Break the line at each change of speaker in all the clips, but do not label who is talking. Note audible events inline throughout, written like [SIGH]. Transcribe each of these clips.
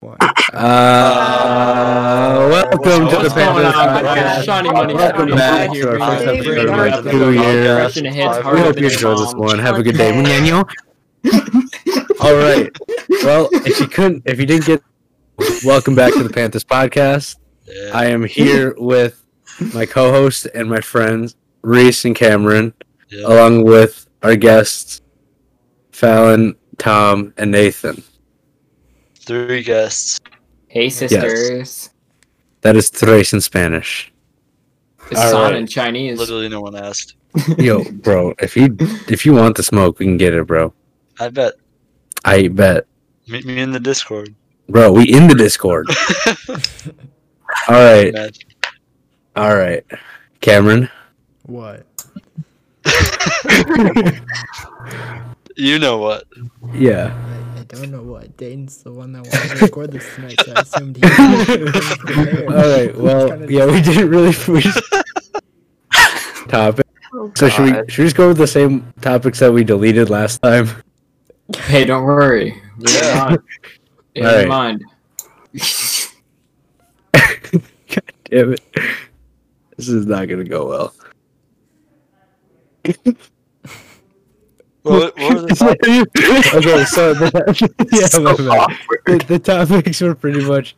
One. Uh, welcome to the
What's going
Panthers
on? It's
podcast.
Shawnee Money.
Welcome
Shawnee
back
Money
to our
here,
first
bro.
episode
We're
of
up
two
to
years.
crushing the heads
We
harder
hope
than
you
your
enjoy this
mom.
one. Have a good day, Munyano. All right. Well, if you couldn't, if you didn't get, welcome back to the Panthers podcast. I am here with my co-host and my friends Reese and Cameron,
Yeah.
along with our guests Fallon, Tom, and Nathan.
Three guests.
Hey sisters.
That is tres in Spanish.
It's
All
San
right.
in Chinese.
Literally no one asked.
Yo, bro, if you if you want the smoke, we can get it, bro.
I bet.
I bet.
Meet me in the Discord.
Bro, we in the Discord. all right,
Matt.
all right. Cameron,
What?
you know what?
yeah.
I, I don't know what. Dayton's the one that wanted to record this tonight, so I assumed he was
[LAUGHS] All right. Well, yeah, we didn't really [LAUGHS] we just- topic. So should we
God.
should we just go with the same topics that we deleted last time?
Hey, don't worry. We have
Yeah.
[LAUGHS]
mine. We have
All right.
mine.
Damn it. This is not gonna go well.
What,
[LAUGHS]
what were the top-
[LAUGHS] okay, so the, [LAUGHS] yeah, my bad. The, the topics were pretty much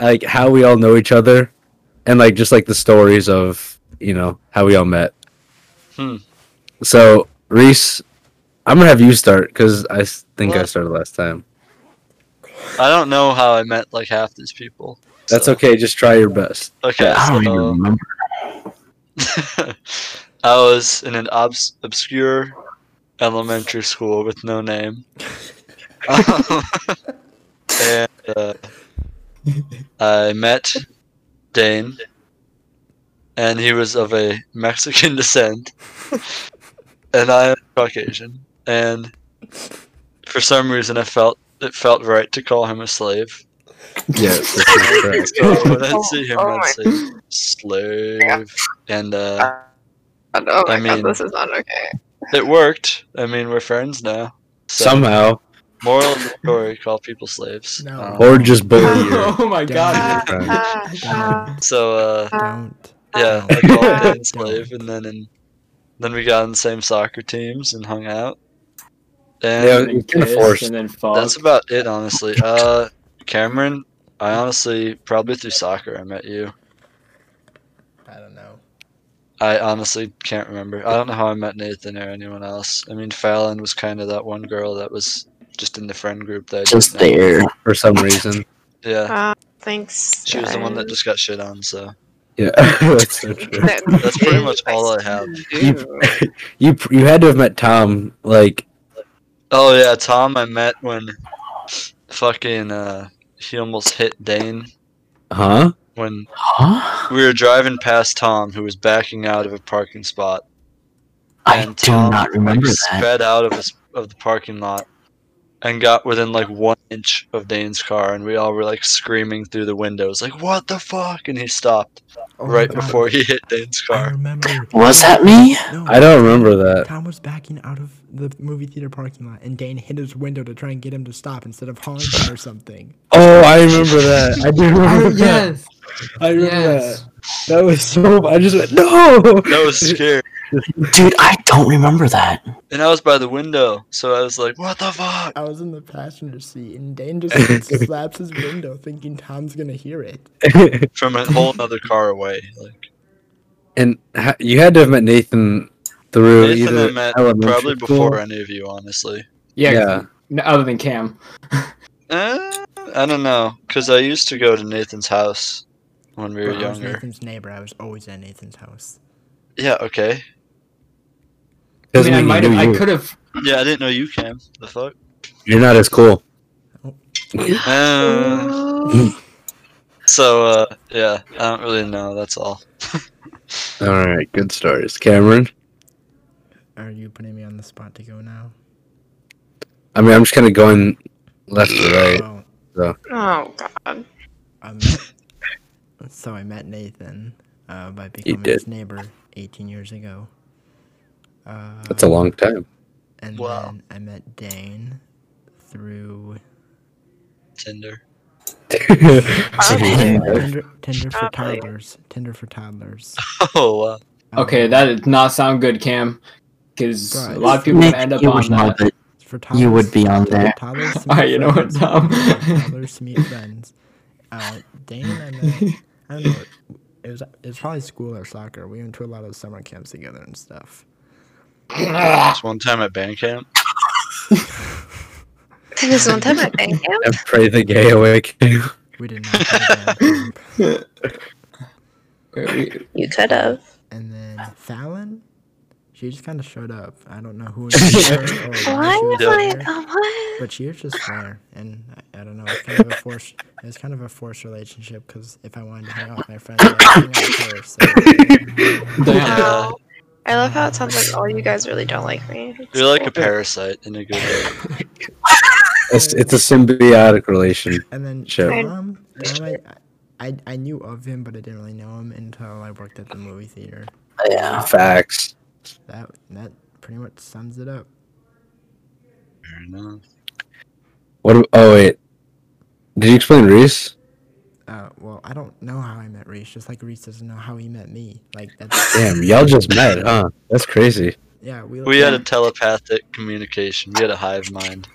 like how we all know each other, and like just like the stories of you know how we all met.
Hmm.
So Reese, I'm gonna have you start because I s- think I
What?
started last time.
I don't know how I met like half these people.
That's
so- Oh.
okay. Just try your best.
Okay.
I don't even
so-
remember.
[LAUGHS] I was in an obs- obscure elementary school with no
[LAUGHS]
name. Um, and uh, I met Dane, and he was of a Mexican [LAUGHS] descent, and I am Caucasian. And for some reason, I felt it felt right to call him a slave. [LAUGHS]
Yes, this is correct.
So when
[LAUGHS]
I see him,
Oh, oh
I'd
my-
say slave, and uh,
God, Oh
I
my
mean-
god, this is not okay.
It worked. I mean, we're friends now. So,
Somehow,
moral of the story: call people slaves.
No.
Um,
or
[LAUGHS]
just
[LAUGHS]
bully you.
Oh my
Yeah.
god.
Ah,
so uh,
Don't.
yeah, I called Dan slave, and then and then we got on the same soccer teams and hung out.
Yeah,
And
you kind of
Kiss
forced.
And then fuck.
that's
[LAUGHS]
about it, honestly. Uh, Cameron, I honestly probably through soccer I met you.
I don't know.
I honestly can't remember. I don't know how I met Nathan or anyone else. I mean, Fallon was kind of that one girl that was just in the friend group that Oh, I didn't
Just
know.
there.
for some reason.
Yeah,
ah, Thanks.
she was the one that
guys.
just got shit on. So.
Yeah, [LAUGHS] that's so true.
That-
That's pretty much all I
[LAUGHS]
have.
Ew.
You you had to have met Tom like
Oh yeah, Tom I met when fucking uh he almost hit Dane
huh?
when
Huh?
we were driving past Tom who was backing out of a parking spot.
I
and
do
Tom,
not remember
like,
that.
Sped out of his, of the parking lot and got within like one inch of Dane's car and we all were like screaming through the windows like what the fuck and he stopped
Oh my
right
God,
before he hit Dane's
I
[LAUGHS]
car.
remember.
Was that me?
No,
I don't remember that.
Tom was backing out of the movie theater parking lot, and Dane hit his window to try and get him to stop instead of
[LAUGHS]
honking or something.
Oh, I remember that. I
[LAUGHS]
do remember that.
Oh, yes.
I remember
Yes.
that. That was so. I just went no.
That was
[LAUGHS]
scary.
Dude, I don't remember that.
And I was by the window, so I was like, what the fuck?
I was in the passenger seat, and Dane just
[LAUGHS]
slaps his window, thinking Tom's gonna hear it.
From a
[LAUGHS]
whole other car away. Like
and ha- you had to have met Nathan through
Nathan
either
I met
elementary
probably
school-
before any of you, honestly.
Yeah.
Yeah,
n- Other than Cam.
Uh, I don't know, because I used to go to Nathan's house when we were
Bro, I was
younger.
Nathan's neighbor. I was always at Nathan's house.
Yeah, okay.
I
doesn't
mean, I
mean
might
you
have.
knew
I
you.
could have.
Yeah, I didn't know you came. The fuck?
You're not as cool.
Uh, so, uh, yeah, I don't really know. That's all.
All right, good stories, Cameron.
Are you putting me on the spot to go now?
I mean, I'm just kind of going left to right.
Well,
Oh god.
I met, Um, so I met Nathan uh, by becoming
did.
his neighbor 18 years ago. Uh,
That's a long time. [LAUGHS]
And
Wow.
then I met Dane through
Tinder. [LAUGHS]
Tinder, Tinder for
Probably.
toddlers. Tinder for toddlers.
Oh, wow.
Okay, that did not sound good, Cam. Because a lot of people
Nick,
end up
you
on
would know
that.
that.
It's for toddlers.
You would be on there.
Toddlers to meet
Alright, you know what,
friends.
Tom?
Toddlers to meet friends. Uh, Dane and I, met- I don't know. It was it was probably school or soccer. We went to a lot of summer camps together and stuff.
Just one time at band camp.
There was one time at band camp.
And pray the gay away. King.
We did not. go to band camp.
Wait,
You could have.
And then Fallon, she just kind of showed up. I don't
[LAUGHS]
know who invited her or why
Why
she was
am I
there.
the one?
But she was just there, and I, I don't know. It's kind of a forced. It was kind of a forced relationship because if I wanted to hang out with my friends, I had to hang out with her. So
[LAUGHS]
we- [LAUGHS] Damn.
Wow. I love how it sounds like all you guys really don't like me.
You're like a parasite in a good way. [LAUGHS]
It's, it's a symbiotic relation.
and then
Sure.
Tom, Tom, I, I I knew of him, but I didn't really know him until I worked at the movie theater.
Yeah.
Facts.
That that pretty much sums it up.
Fair enough.
What? ab- Oh wait. Did you explain Reese?
Uh, well, I don't know how I met Reese, just like Reese doesn't know how he met me. Like that's
Damn, y'all just met, huh? That's crazy.
yeah. We
We had a telepathic communication. We had a hive mind.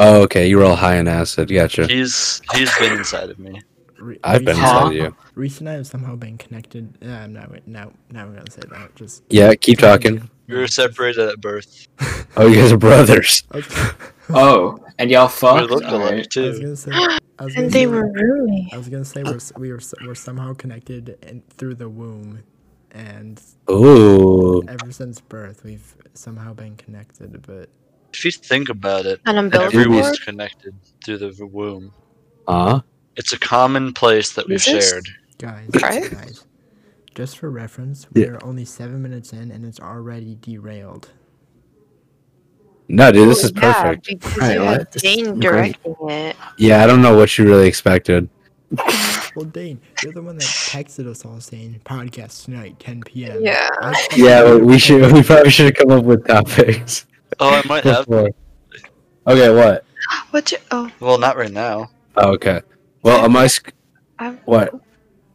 Oh, okay. You were all high in acid. Gotcha.
He's he's been inside of me.
Re-
I've been
Reese-
inside of you.
Reese and I have somehow been connected. Uh, I'm not. wait, No, now we're gonna say that. Just
Yeah, keep talking.
continue.
We were separated at birth.
Oh, you guys are brothers.
Okay.
Oh, and y'all
We
fucked?
looked
Alright.
alike
I was
too.
gonna say. I was gonna
[LAUGHS] And
say
they were roommates.
I was gonna say we're s- we were s- we're somehow connected in, through the womb, and
Ooh.
ever since birth we've somehow been connected. But
If you think about it,
An umbilical cord?
everyone's connected through the womb.
Huh?
It's a common place that we've
Is this-
shared.
guys,
Right?
guys, just for reference,
Yeah.
we're only seven minutes in, and it's already derailed.
No, dude, this
Well,
is perfect.
Yeah, because
Alright,
you
well,
had
this is great.
Dane directing it.
Yeah, I don't know what you really expected.
Well, Dane, you're the one that texted us all saying podcast tonight, 10 p.m.
Yeah.
I fucking
Yeah, but
knew
we
it.
should. We probably should have come up with
[LAUGHS]
topics.
Oh, I
[LAUGHS]
might have.
before. Okay, what?
What? You, oh,
Well, not right now.
Oh, okay. Well, am I? Sc-
I'm-
what?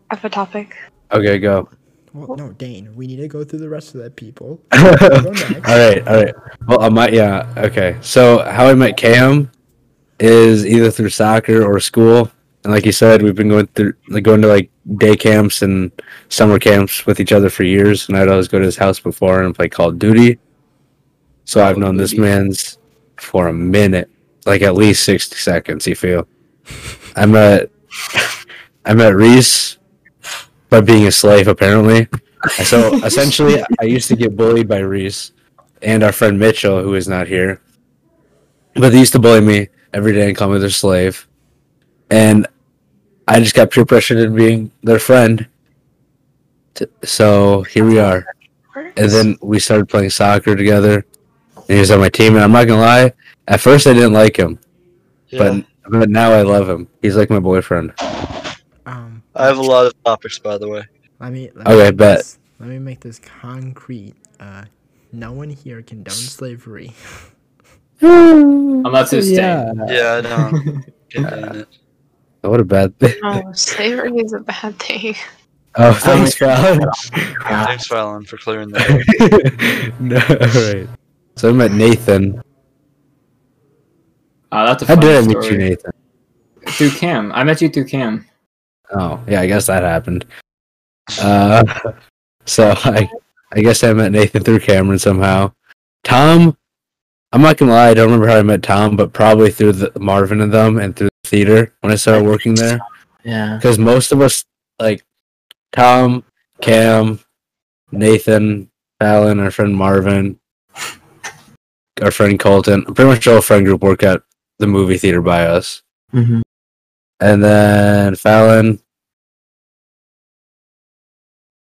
I have a topic.
Okay,
[LAUGHS]
go. [LAUGHS]
Well, no, Dane, we need to go through the rest of that, people.
all
next.
right, all right. Well, I might. Yeah. Okay. So, how I met Cam is either through soccer or school, and like you said, we've been going through, like, going to like day camps and summer camps with each other for years. And I'd always go to his house before and play Call of Duty. So I've known this man's for a minute, like at least sixty seconds. You feel? I met, [LAUGHS] I met Reese by being a slave, apparently. So essentially, I used to get bullied by Reese and our friend Mitchell, who is not here. But they used to bully me every day and call me their slave. And I just got peer pressured into being their friend. T- So here we are. And then we started playing soccer together. And he was on my team. And I'm not going to lie, at first I didn't like him.
Yeah.
But, but now I love him. He's like my boyfriend.
Um,
I have a lot of topics, by the way.
Let me. Let
Okay,
me make
bet.
This, let me make this concrete. Uh, no one here
[LAUGHS]
condones slavery.
Unless it's yeah.
Uh,
Yeah,
[LAUGHS]
I know. Get down it.
What a bad thing. [LAUGHS]
No, Oh, slavery is a bad thing.
Oh, thanks, Val.
Thanks, Fallon, for clearing that.
[LAUGHS]
up.
no, right. So I met Nathan.
Oh, that's a
How
funny
did I
story.
meet you, Nathan?
Through Cam. I met you through Cam.
Oh, yeah, I guess that happened. Uh, so I, I guess I met Nathan through Cameron somehow. Tom, I'm not gonna lie, I don't remember how I met Tom, but probably through the Marvin and them and through the theater when I started working there.
Yeah.
because most of us like Tom, Cam, Nathan, Fallon, our friend Marvin, our friend Colton. Pretty much all friend group work at the movie theater by us,
hmm
and then Fallon.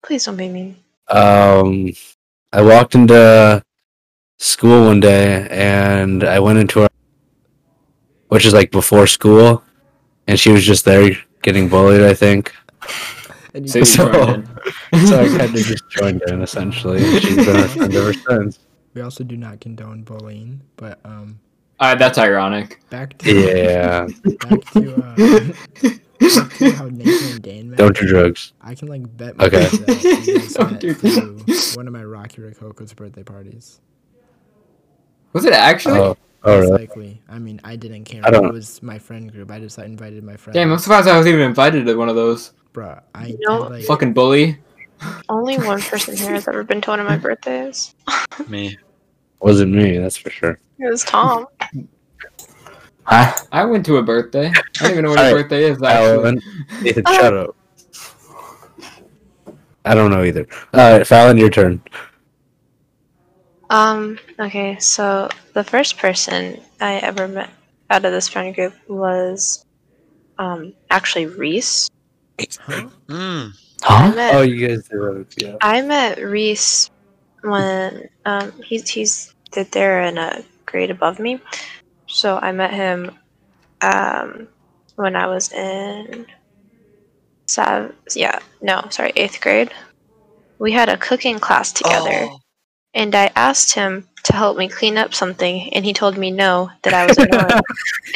Please don't be mean.
Um, I walked into school one day and I went into her, which is like before school, and she was just there getting bullied. I [LAUGHS] think.
And
So
[LAUGHS]
you
So-
joined in.
so I kind of just joined in essentially. and She's been our friend ever since.
we also do not condone bullying, but um,
Uh, that's
[LAUGHS]
ironic.
Back to
Yeah.
back to, uh, [LAUGHS] back to how Nathan and Dane met.
Don't do drugs.
I can like bet.
Okay.
money that
[LAUGHS]
you guys
Don't
met
do
through one of my Rocky Rococo's birthday parties.
Was it actually?
Oh, oh
Most
really?
likely. I mean, I didn't care.
I don't
It
know.
was my friend group. I just I invited my friend.
Damn, I'm surprised I was even invited to one of those.
Bruh, I,
You know-
I, like,
Fucking bully.
Only one person here has ever been to one of my birthdays.
Me.
Wasn't me, that's for sure.
It was Tom.
Huh?
I went to a birthday. I don't even know what a
Alright,
birthday is actually.
Fallon, Nathan, shut up. I don't know either. All right, Fallon, your turn.
Um, okay, so the first person I ever met out of this friend group was um actually Reese.
huh?
Mm.
I
Huh?
met
Oh, you guys do. Yeah.
I met Reese when um he's he's did there in a grade above me. So I met him um when I was in sev yeah, no, sorry, eighth grade. We had a cooking class together
Oh,
and I asked him to help me clean up something and he told me no, that I was annoying.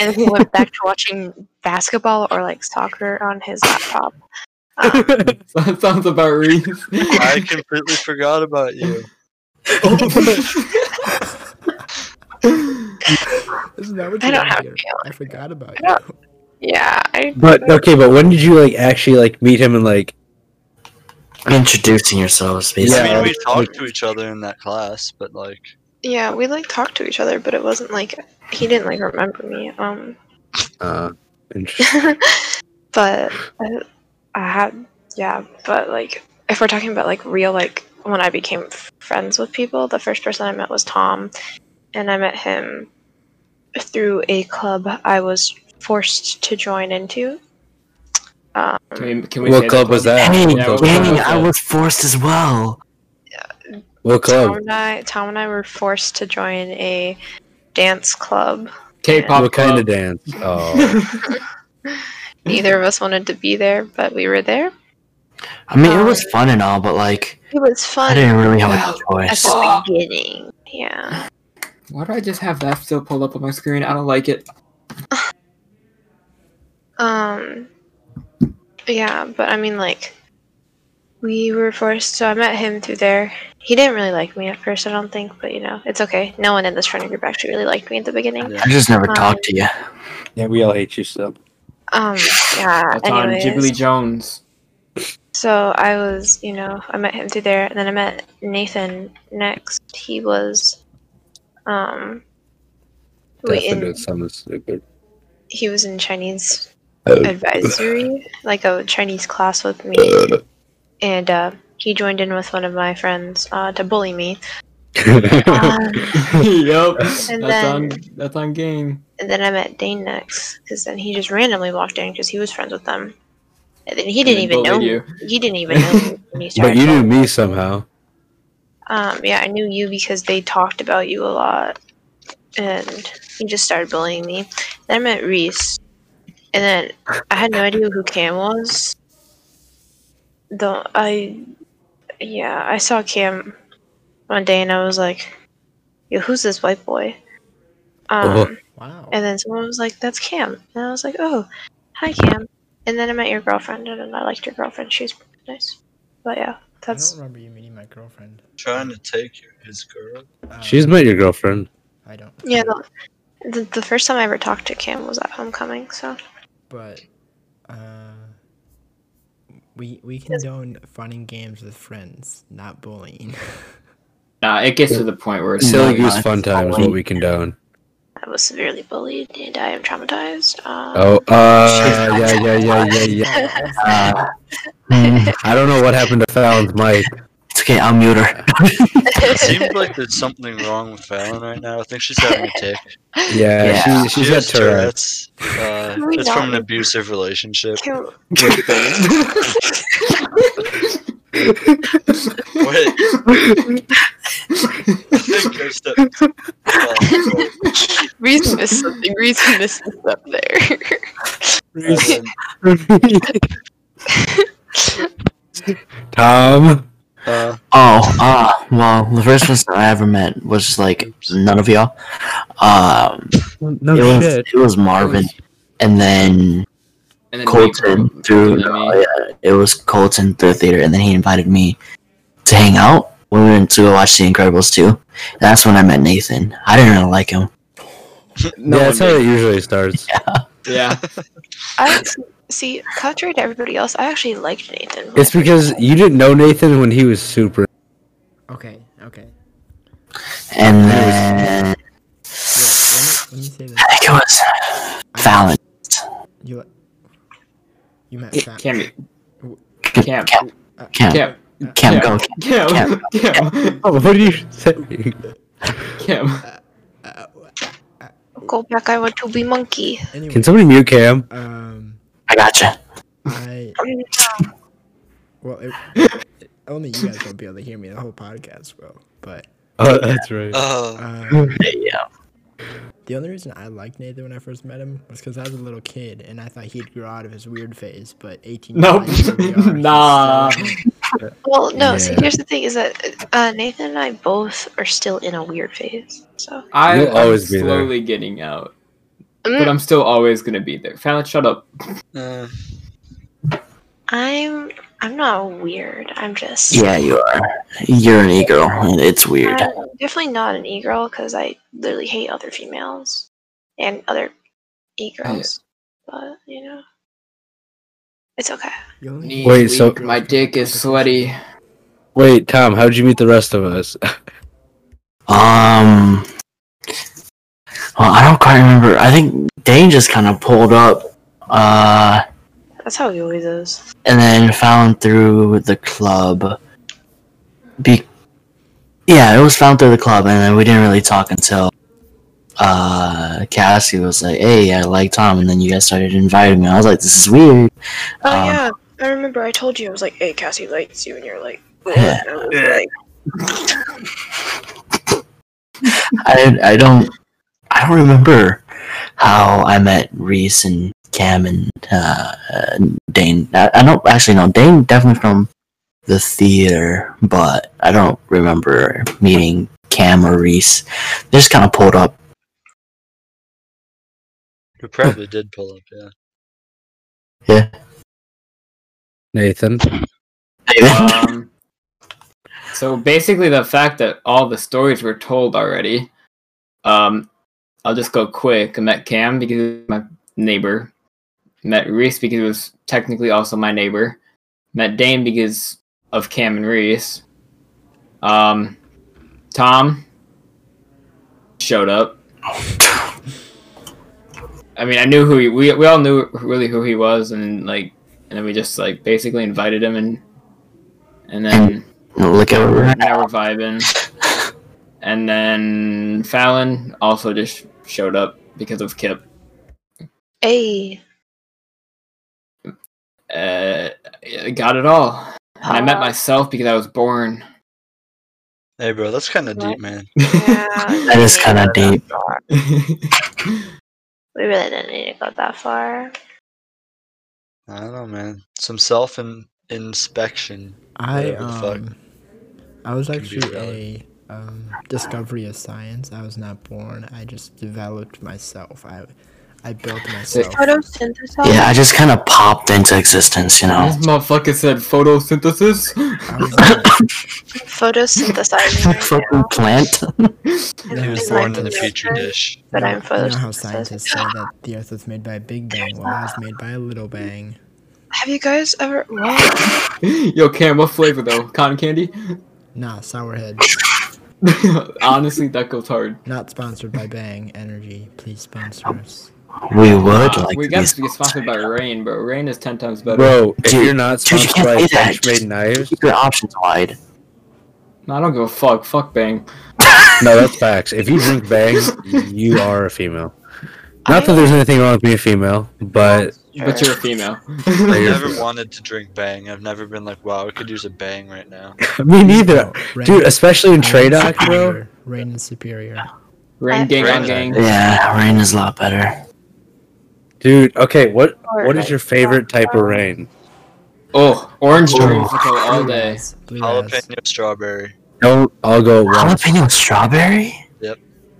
and he went back to watching basketball or like soccer on his laptop. Um,
That [LAUGHS] sounds about Reese.
I completely forgot about you.
Isn't that what
I
you
don't
did
have
here?
to.
I forgot about
I
you.
yeah, I
But okay, but when did you like actually like meet him and like
Introducing yourselves,
Yeah,
I mean,
basically.
we
like-
talked to each other in that class, but like,
Yeah, we like talked to each other, but it wasn't like he didn't like remember me. Um, [LAUGHS]
uh interesting.
but I, I had yeah, but like if we're talking about like real like when I became f- friends with people, the first person I met was Tom, and I met him through a club I was forced to join into. Um,
Can we, can we say
What
the
club was that?
Hey,
What
Yeah,
club-
we-
dang, I was forced as well.
What
Tom
club?
and I, Tom and I were forced to join a dance club.
K-pop
What
club.
kind of
[LAUGHS]
dance? Oh,
Neither of us wanted to be there, but we were there.
I mean, it was fun and all, but like,
It was
I
fun.
didn't really have
Well,
a
at
choice.
the beginning. Yeah.
Why do I just have that still pulled up on my screen? I don't like it.
Um. Yeah, but I mean, like, we were forced. So I met him through there. He didn't really like me at first, I don't think. But you know, it's okay. No one in this friend group actually really liked me at the beginning.
I just never
Um,
talked to you.
yeah, we all hate you so.
Um. Yeah.
That's on Ghibli
[LAUGHS]
Anyways,
Jones. [LAUGHS]
so I was, you know, I met him through there, and then I met Nathan next. He was, um. we
Definitely
in,
doing something [LAUGHS] stupid.
he was in Chinese
Uh,
advisory, like a Chinese class with me, and uh, he joined in with one of my friends uh, to bully
[LAUGHS]
me.
Uh.
Um,
yep. That's
And
on.
then-
That's on game.
and then I met Dane next, because then he just randomly walked in because he was friends with them, and then he didn't
And
even know
bullied you.
me. He didn't even know
[LAUGHS]
me when he started.
but you knew
talking.
me somehow.
Um, yeah, I knew you because they talked about you a lot, and he just started bullying me. Then I met Reese, and then I had no idea who Cam was. The I, yeah, I saw Cam one day, and I was like, "Yo, who's this white boy?" Um,
Oh.
Wow.
and then someone was like, "That's Cam," and I was like, "Oh, hi, Cam." And then I met your girlfriend, and then I liked your girlfriend. She's nice, but yeah,
I don't
that's
remember you meeting my girlfriend.
trying to take your, his [LAUGHS] girl.
Um,
She's met your girlfriend.
I don't.
Yeah, the, the, the first time I ever talked to Cam was at homecoming, so
But uh, we we condone fun and games with friends, not bullying. [LAUGHS]
Nah, it gets to the point where it's
Silly
No,
goose
no,
fun
it's
time is
fine.
what we condone.
I was severely bullied and I am traumatized. Um, [LAUGHS]
Oh, uh, yeah, yeah, yeah, yeah, yeah.
Uh, [LAUGHS] mm,
I don't know what happened to Fallon's mic.
it's okay, I'll mute her.
It seems like there's something wrong with Fallon right now. I think she's having
[LAUGHS]
a tick.
Yeah,
Yeah.
She, she's
she
got
has
Tourette's.
Tourette's. [LAUGHS] Uh,
Can we
it's from an
not-
abusive relationship.
Can,
Wait. I think I stepped- uh,
[LAUGHS] Reese missed something. Reese missed something up there. [LAUGHS]
uh,
Tom,
Uh,
[LAUGHS] Oh, uh, well, the first person I ever met was like none of y'all. Um,
No
it was
Oh, shit.
it was Marvin, and then
And then
Colton
Nico,
through.
and then
oh,
me.
yeah, it was Colton through theater, and then he invited me to hang out. We went to go watch The Incredibles too. That's when I met Nathan. I didn't really like him.
No
yeah,
one
that's how it usually starts.
Yeah.
I see, contrary to everybody else, I actually liked Nathan.
It's because you didn't know Nathan when he was super.
Okay, okay.
And then
Yeah, let me, let me say this.
I think it was Fallon.
You you met Fat. Uh,
Cam.
Cam,
Cam.
Cam, Cam,
Cam.
Cam, go.
Cam. Cam.
Oh, what are you saying?
Cam.
uh,
Go back, I want to be monkey.
Anyway,
Can somebody mute Cam?
um,
I gotcha.
I well, it, it- only you guys won't be able to hear me the whole podcast, bro.
[LAUGHS]
But
Oh, that's right.
uh,
um,
Yeah.
The only reason I liked Nathan when I first met him was because I was a little kid and I thought he'd grow out of his weird phase, but 18
Nope.
years later, here
[LAUGHS]
we are, he's
Nah.
still-
Well, no. See,
Yeah.
here's the thing: is that uh, Nathan and I both are still in a weird phase. So
I'm
You'll always be there.
slowly getting out, but
Mm,
I'm still always gonna be there. Fallon, shut up.
uh,
I'm I'm not weird. I'm just
Yeah, you are. You're an e girl, and it's weird.
I'm Uh, definitely not an e girl because I literally hate other females and other e girls. But you know, it's okay.
You only-
Knees
Wait, so-
weak, my dick is sweaty.
Wait, Tom, how'd you meet the rest of us?
Um. Well, I don't quite remember. I think Dane just kind of pulled up, uh,
That's how he always is.
and then found through the club. Be, yeah, it was found through the club, and then we didn't really talk until, uh, Cassie was like, "Hey, I like Tom," and then you guys started inviting me. I was like, "This is weird."
Oh
Um,
yeah, I remember. I told you I was like, "Hey, Cassie likes you," and you're
[LAUGHS]
like, "What?"
Yeah.
And I was like,
I I don't I don't remember how I met Reese and Cam and uh, Dane. I, I don't actually know Dane definitely from the theater, but I don't remember meeting Cam or Reese. They just kind of pulled up.
you probably did pull up, yeah.
Nathan.
[LAUGHS]
Um, so basically, the fact that all the stories were told already, um, I'll just go quick. I met Cam because he was my neighbor. Met Reese because he was technically also my neighbor. Met Dane because of Cam and Reese. Um, Tom showed up. I mean, I knew who he, we we all knew really who he was, and like, and then we just like basically invited him, and and then
Look at where we're at.
now we're vibing, and then Fallon also just showed up because of Kip.
"Hey."
Uh, I got it all. And I met
uh,
myself because I was born.
Hey, bro, that's kind of
Well-
deep, man.
yeah,
[LAUGHS]
That is kind of deep.
We really didn't need to go that far.
I don't know, man. Some self in- inspection.
I
Whatever the fuck.
um, I was
Can be
actually
valid.
a um, discovery of science. I was not born. I just developed myself. I I built myself.
Photosynthesize.
Yeah, I just kind of popped into existence, you know.
This motherfucker said photosynthesis. [LAUGHS]
I was
[LAUGHS]
Photosynthesizing.
Like
right
fucking plant.
now.
Yeah,
I'm
it's
like
Born in the
this
petri
person,
dish.
But I'm
you know how
photosynthesizing.
scientists say that the Earth was made by a big bang. Well, I was made by a little bang.
Have you guys ever? Wow.
Yo, Cam, what flavor though? Cotton candy? [LAUGHS]
Nah, sourhead.
Honestly, that goes hard.
Not sponsored by Bang Energy. Please sponsor us.
We would
Uh,
like
we
to
got
be
to be sponsored by Rain, bro. Rain is ten times better.
Bro, if
Dude,
you're not
dude, you
sponsored
can't
by
say that.
Benchmade Knives,
Keep your options wide.
No, I don't give a fuck. Fuck Bang.
no, that's facts. If you drink bangs, you are a female. Not that there's anything wrong with being a female, but
But you're a female.
I
[LAUGHS]
You're-
never wanted to drink bang. I've never been like, wow, I could use a bang right now.
[LAUGHS] me neither.
Rain-
Dude, especially in
Rain is
Tradoc, bro.
superior. Rain is superior.
Rain gang on gang.
Yeah, rain is a lot better.
Dude, okay, what
Or
what
I-
is your favorite type of rain?
Oh, orange dreamsicle all day.
Blue ass.
Jalapeno strawberry.
Don't all go at once.
Jalapeno strawberry?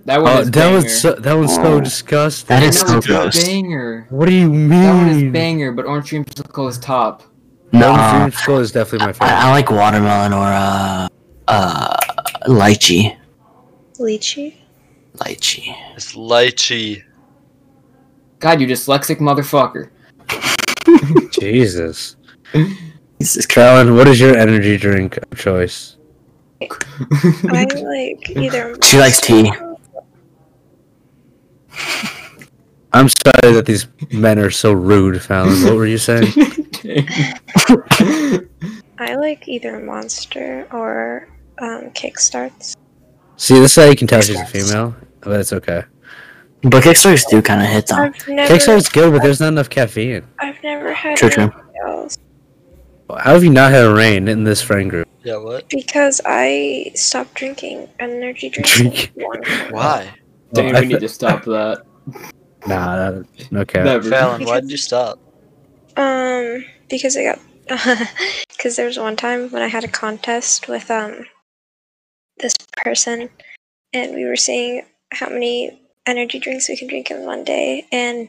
That one
Oh,
is
that
banger.
was so, that was so disgusting.
That
That
is so
one's
gross.
banger.
What do you
That one is
mean?
banger, but orange dreamsicle is top.
No,
Nah.
Dream School is definitely my favorite.
I, I like watermelon or uh, uh, lychee.
Lychee?
Lychee.
It's lychee.
God, you dyslexic
[LAUGHS]
motherfucker.
Jesus. Callan, what is your energy drink of choice?
[LAUGHS]
I like either.
She likes tea.
I'm sorry that these men are so rude, Fallon. What were you saying?
[LAUGHS]
I like either Monster or um, Kickstarts.
[LAUGHS] See, this is how you can tell she's a female, but it's okay.
But Kickstarters do kind of hit though.
I've never,
Kickstarter's good, but there's not enough caffeine.
I've never had
True, true.
anything else
How have you not had a rain in this friend group?
Yeah, what?
because I stopped drinking energy drinks.
Drink.
long time.
Why?
Dude,
I
we need
fe-
to
[LAUGHS]
stop that.
Nah, that, okay.
Never.
Fallon, why did you stop?
Um, because I got [LAUGHS] because there was one time when I had a contest with um this person, and we were seeing how many energy drinks we could drink in one day, and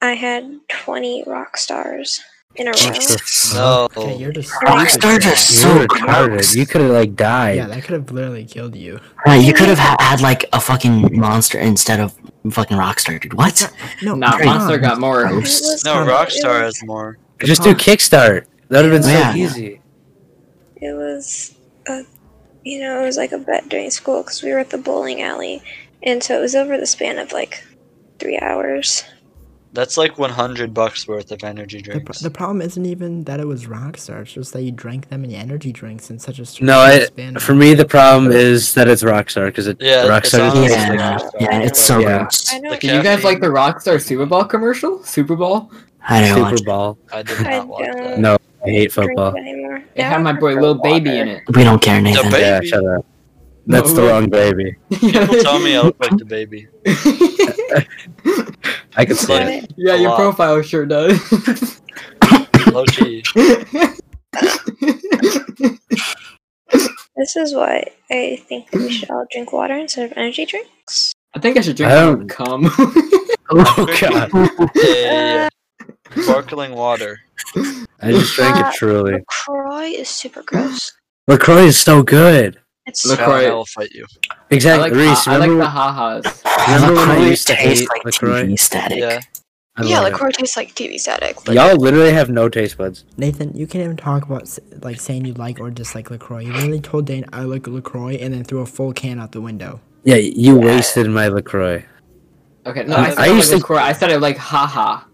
I had twenty rock stars in a row.
What the fuck?
No.
Okay, you're just.
Rockstars are
You
so
were retarded.
gross.
You could have like died.
Yeah, that could have literally killed you.
Right, you could have ha- had like a fucking monster instead of fucking Rockstar, dude. What?
No,
Nah,
Drink.
Monster got more.
It was-
No,
it
Rockstar
was-
has more.
Just do Kickstart. That would have been
Yeah.
so easy.
It was a, you know, it was like a bet during school because we were at the bowling alley, and so it was over the span of like three hours.
That's like 100 bucks worth of energy
The, pro-
drinks.
the problem isn't even that it was Rockstar. It's just that you drank them in your energy drinks in such a short
No, I-
span.
For me, the problem is that it's Rockstar because it
Yeah, it's
Rockstar.
on-
is
Yeah, yeah, it's so
Yeah.
gross.
I don't.
Do you guys like the Rockstar Super Bowl commercial? Super Bowl?
I didn't watch.
Super Bowl.
I did
I
not watch that.
don't
No, I hate
drink
football.
it anymore.
It
Now
had
I
my boy
prefer
Lil Baby
water.
in it.
We don't care, Nathan.
baby.
Yeah, shut up. That's the
No.
wrong baby.
[LAUGHS]
People tell me I look like the baby.
I can see it.
But
yeah,
A
your
lot.
profile sure does. [LAUGHS]
Low key.
this is why I think we should all drink water instead of energy drinks.
I think I should drink
I
my
don't-
own cum. [LAUGHS]
[LAUGHS] Oh god!
[LAUGHS] Yeah, yeah,
Uh,
yeah. Sparkling water.
I just drank it truly.
LaCroix is super gross.
Lacroix is so good.
[GASPS] It's
Look-
so
Fallon,
Right.
I will fight you.
I
Exactly,
like,
Reese.
I, I like
remember,
the ha-has.
remember when I
LaCroix
used to
tastes
hate
like
Lacroix?
TV static.
Yeah.
I
yeah,
love it.
LaCroix tastes like TV static. Like,
Y'all literally have no taste buds.
Nathan, you can't even talk about s- like saying you like or dislike Lacroix. You literally told Dane I like Lacroix and then threw a full can out the window.
Yeah, you wasted my Lacroix.
Okay, no,
I-
I, said
I
I,
used to-
like to... I said I like ha-ha.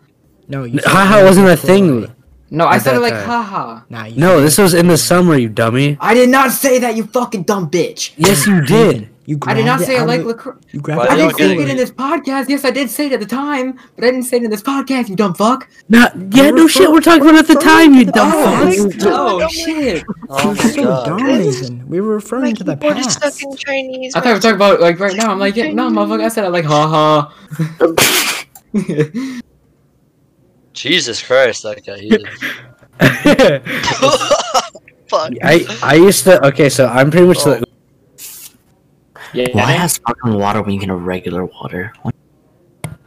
No, you. said
Haha
you
wasn't a
like LaCroix.
thing.
No, I
At
said I
that
like
time.
ha-ha.
Nah, you
No,
said
this
you
was in the
liked LaCroix.
summer, you dummy.
I did not say that, you fucking dumb bitch.
Yes, [LAUGHS] you did.
Nathan,
I
You grabbed
did not
it
say I
out
like
of-
LaCroix.
You grabbed
Why
it
I
do
out
didn't
of
Okay.
say it
the-
in this podcast. Yes, I did say it at the time, but I didn't say it in this podcast, you dumb fuck.
Not, yeah, no shit. We're talking about at the time, you dumb
Oh,
fuck.
Oh, shit.
Oh
You're
my
so dumb,
god.
Nathan. We were referring
my
to the
keyboard is
past.
stuck in Chinese.
I thought we were talking about, like, right now. I'm like, yeah, no, motherfucker, I said I like ha-ha.
Jesus Christ, that got heated. Fuck.
[LAUGHS] I I used to. Okay, so I'm pretty much the
Yeah,
Why have sparkling water when you can have regular water? What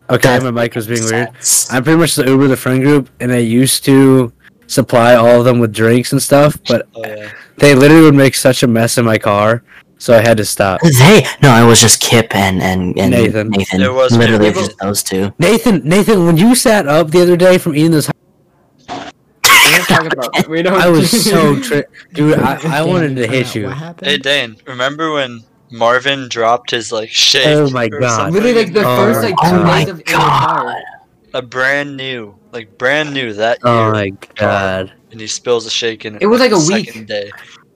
okay.
That-
My mic was being weird.
sense?
I'm pretty much the Uber the friend group, and I used to supply all of them with drinks and stuff, but
Oh, yeah.
they literally would make such a mess in my car, so I had to stop.
Hey, no, it was just Kip and and, and
Nathan.
Nathan.
There was
literally
people-
just those two.
[LAUGHS] Nathan, Nathan, when you sat up the other day from eating those,
we don't talk about. We don't.
I was [LAUGHS]
[LAUGHS]
so tri- dude. I, I
Dane,
wanted to
find
hit
out
you.
What happened?
Hey, Dane, remember when Marvin dropped his, like, shake?
Oh my
or
God.
something?
literally like the
Oh
first like
my
two
God.
days of
Oh my
Empire.
A brand new, like, brand new that
Uh.
Oh
year.
my god.
and he spills a shake in
It was like
the
a week.
second day.